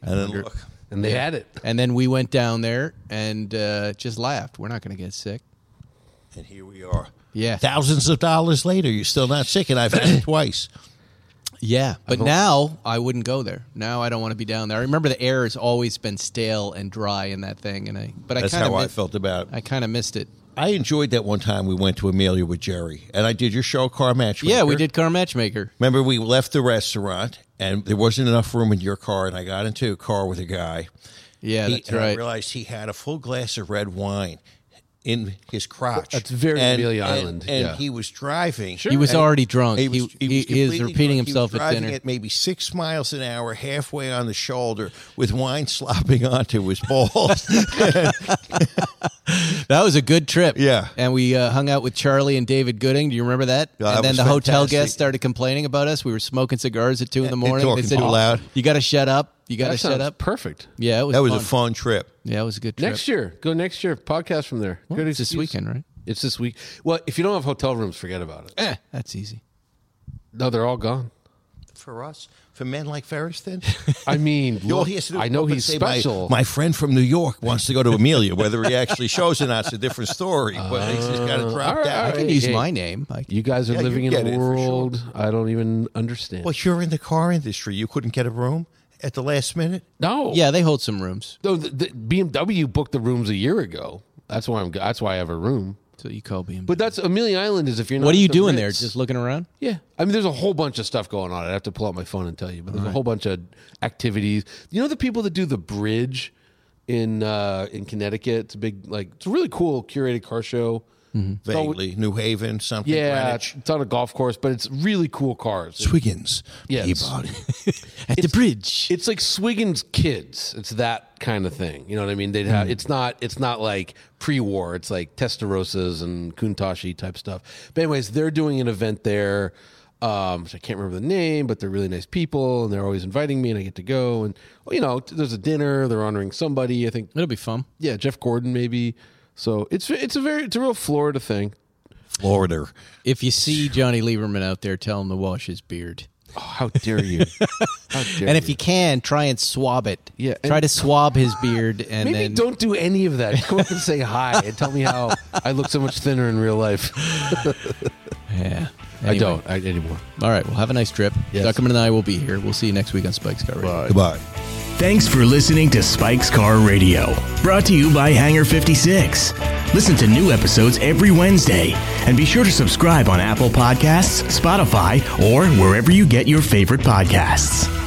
Speaker 5: And then look,
Speaker 4: And they had it.
Speaker 1: And then we went down there and uh, just laughed. We're not going to get sick.
Speaker 5: and here we are.
Speaker 1: Yeah.
Speaker 5: Thousands of dollars later, you're still not sick, and I've had it twice.
Speaker 1: Yeah, but now I wouldn't go there. Now I don't want to be down there. I remember the air has always been stale and dry in that thing, and I but I
Speaker 5: That's
Speaker 1: kinda
Speaker 5: how I
Speaker 1: miss-
Speaker 5: felt about it.
Speaker 1: I kind of missed it.
Speaker 5: I enjoyed that one time we went to Amelia with Jerry, and I did your show, Car Matchmaker.
Speaker 1: Yeah, we did car matchmaker.
Speaker 5: Remember, we left the restaurant, and there wasn't enough room in your car, and I got into a car with a guy.
Speaker 1: Yeah,
Speaker 5: He-
Speaker 1: that's
Speaker 5: and I
Speaker 1: right.
Speaker 5: realized he had a full glass of red wine in his crotch.
Speaker 4: That's very
Speaker 5: and,
Speaker 4: Amelia
Speaker 5: and-
Speaker 4: Island,
Speaker 5: And
Speaker 4: yeah.
Speaker 5: he was driving.
Speaker 1: He was
Speaker 5: and-
Speaker 1: already drunk. He,
Speaker 5: He, was, he,
Speaker 1: he
Speaker 5: was
Speaker 1: is
Speaker 5: completely
Speaker 1: repeating
Speaker 5: drunk. He was
Speaker 1: himself at
Speaker 5: driving
Speaker 1: dinner.
Speaker 5: at maybe six miles an hour, halfway on the shoulder, with wine slopping onto his balls.
Speaker 1: that was a good trip.
Speaker 5: Yeah.
Speaker 1: and we uh, hung out with Charlie and David Gooding. Do you remember that?
Speaker 5: Yeah, that
Speaker 1: and then
Speaker 5: was
Speaker 1: the hotel
Speaker 5: fantastic.
Speaker 1: guests started complaining about us. We were smoking cigars at two in the morning.
Speaker 5: talking too loud.
Speaker 1: You got to shut up. You got to
Speaker 4: That
Speaker 1: shut
Speaker 4: sounds
Speaker 1: up.
Speaker 4: Perfect.
Speaker 1: yeah, it was.
Speaker 5: that was
Speaker 1: fun.
Speaker 5: a fun trip.
Speaker 1: Yeah, it was a good trip.
Speaker 4: Next year, go next year. Podcast from there.
Speaker 1: Well,
Speaker 4: Good
Speaker 1: it's this
Speaker 4: excuse.
Speaker 1: weekend, right?
Speaker 4: It's this week. Well, if you don't have hotel rooms, forget about it.
Speaker 1: Eh, that's easy.
Speaker 4: No, they're all gone.
Speaker 5: For us, for men like Ferris, then
Speaker 4: I mean,
Speaker 5: all
Speaker 4: look,
Speaker 5: he has to do is
Speaker 4: I know
Speaker 5: up and
Speaker 4: he's
Speaker 5: say, "My-
Speaker 4: special.
Speaker 5: My, friend from New York wants to go to Amelia. Whether he actually shows or not's a different story. But he's just got
Speaker 1: Uh,
Speaker 5: to drop
Speaker 4: all
Speaker 5: down.
Speaker 1: I can
Speaker 4: Hey,
Speaker 1: use
Speaker 4: hey.
Speaker 1: my name. I,
Speaker 4: you guys are
Speaker 5: Yeah, you
Speaker 4: living in
Speaker 5: get
Speaker 4: a
Speaker 5: it, for sure.
Speaker 4: world I don't even understand.
Speaker 5: Well, you're in the car industry. You couldn't get a room at the last minute.
Speaker 4: no,
Speaker 1: yeah, they hold some rooms.
Speaker 4: No, the, the BMW booked the rooms a year ago. That's why I'm. That's why I have a room.
Speaker 1: So you call BMW.
Speaker 4: But that's Amelia Island. Is if you're not.
Speaker 1: What are
Speaker 4: at
Speaker 1: you
Speaker 4: the
Speaker 1: doing there?
Speaker 4: Ritz.
Speaker 1: Just looking around?
Speaker 4: yeah. I mean, there's a whole bunch of stuff going on. I'd have to pull out my phone and tell you, but there's a whole bunch of activities. You know the people that do the bridge in uh, in Connecticut. It's a big like it's a really cool curated car show.
Speaker 5: vaguely New Haven, something.
Speaker 4: Yeah,
Speaker 5: Greenwich.
Speaker 4: it's on a golf course, but it's really cool cars.
Speaker 5: Twiggins,
Speaker 4: Yes.
Speaker 5: Peabody.
Speaker 1: At the bridge.
Speaker 4: It's like Swiggins kids. It's that kind of thing. You know what I mean? They'd have. It's not. It's not like pre-war. It's like Testarossas and Kuntashi type stuff. But anyways, they're doing an event there. Um, which I can't remember the name, but they're really nice people, and they're always inviting me, and I get to go. And well, you know, there's a dinner. They're honoring somebody. I think.
Speaker 1: It'll be fun.
Speaker 4: Yeah, Jeff Gordon maybe. So it's it's a very it's a real Florida thing.
Speaker 5: Florida.
Speaker 1: If you see Johnny Lieberman out there, tell him to wash his beard.
Speaker 4: Oh, how dare you? How dare
Speaker 1: And if you can, try and swab it.
Speaker 4: Yeah, and-
Speaker 1: Try to swab his beard and
Speaker 4: Maybe
Speaker 1: then
Speaker 4: don't do any of that. Come up and say hi and tell me how I look so much thinner in real life.
Speaker 1: Yeah.
Speaker 4: I
Speaker 1: Anyway.
Speaker 4: don't I, anymore.
Speaker 1: All right. Well, have a nice trip.
Speaker 4: Yes.
Speaker 1: Zuckerman and I will be here. We'll see you next week on Spike's Got Radio.
Speaker 5: Goodbye.
Speaker 2: Thanks for listening to Spike's Car Radio, brought to you by Hanger 56. Listen to new episodes every Wednesday, and be sure to subscribe on Apple Podcasts, Spotify, or wherever you get your favorite podcasts.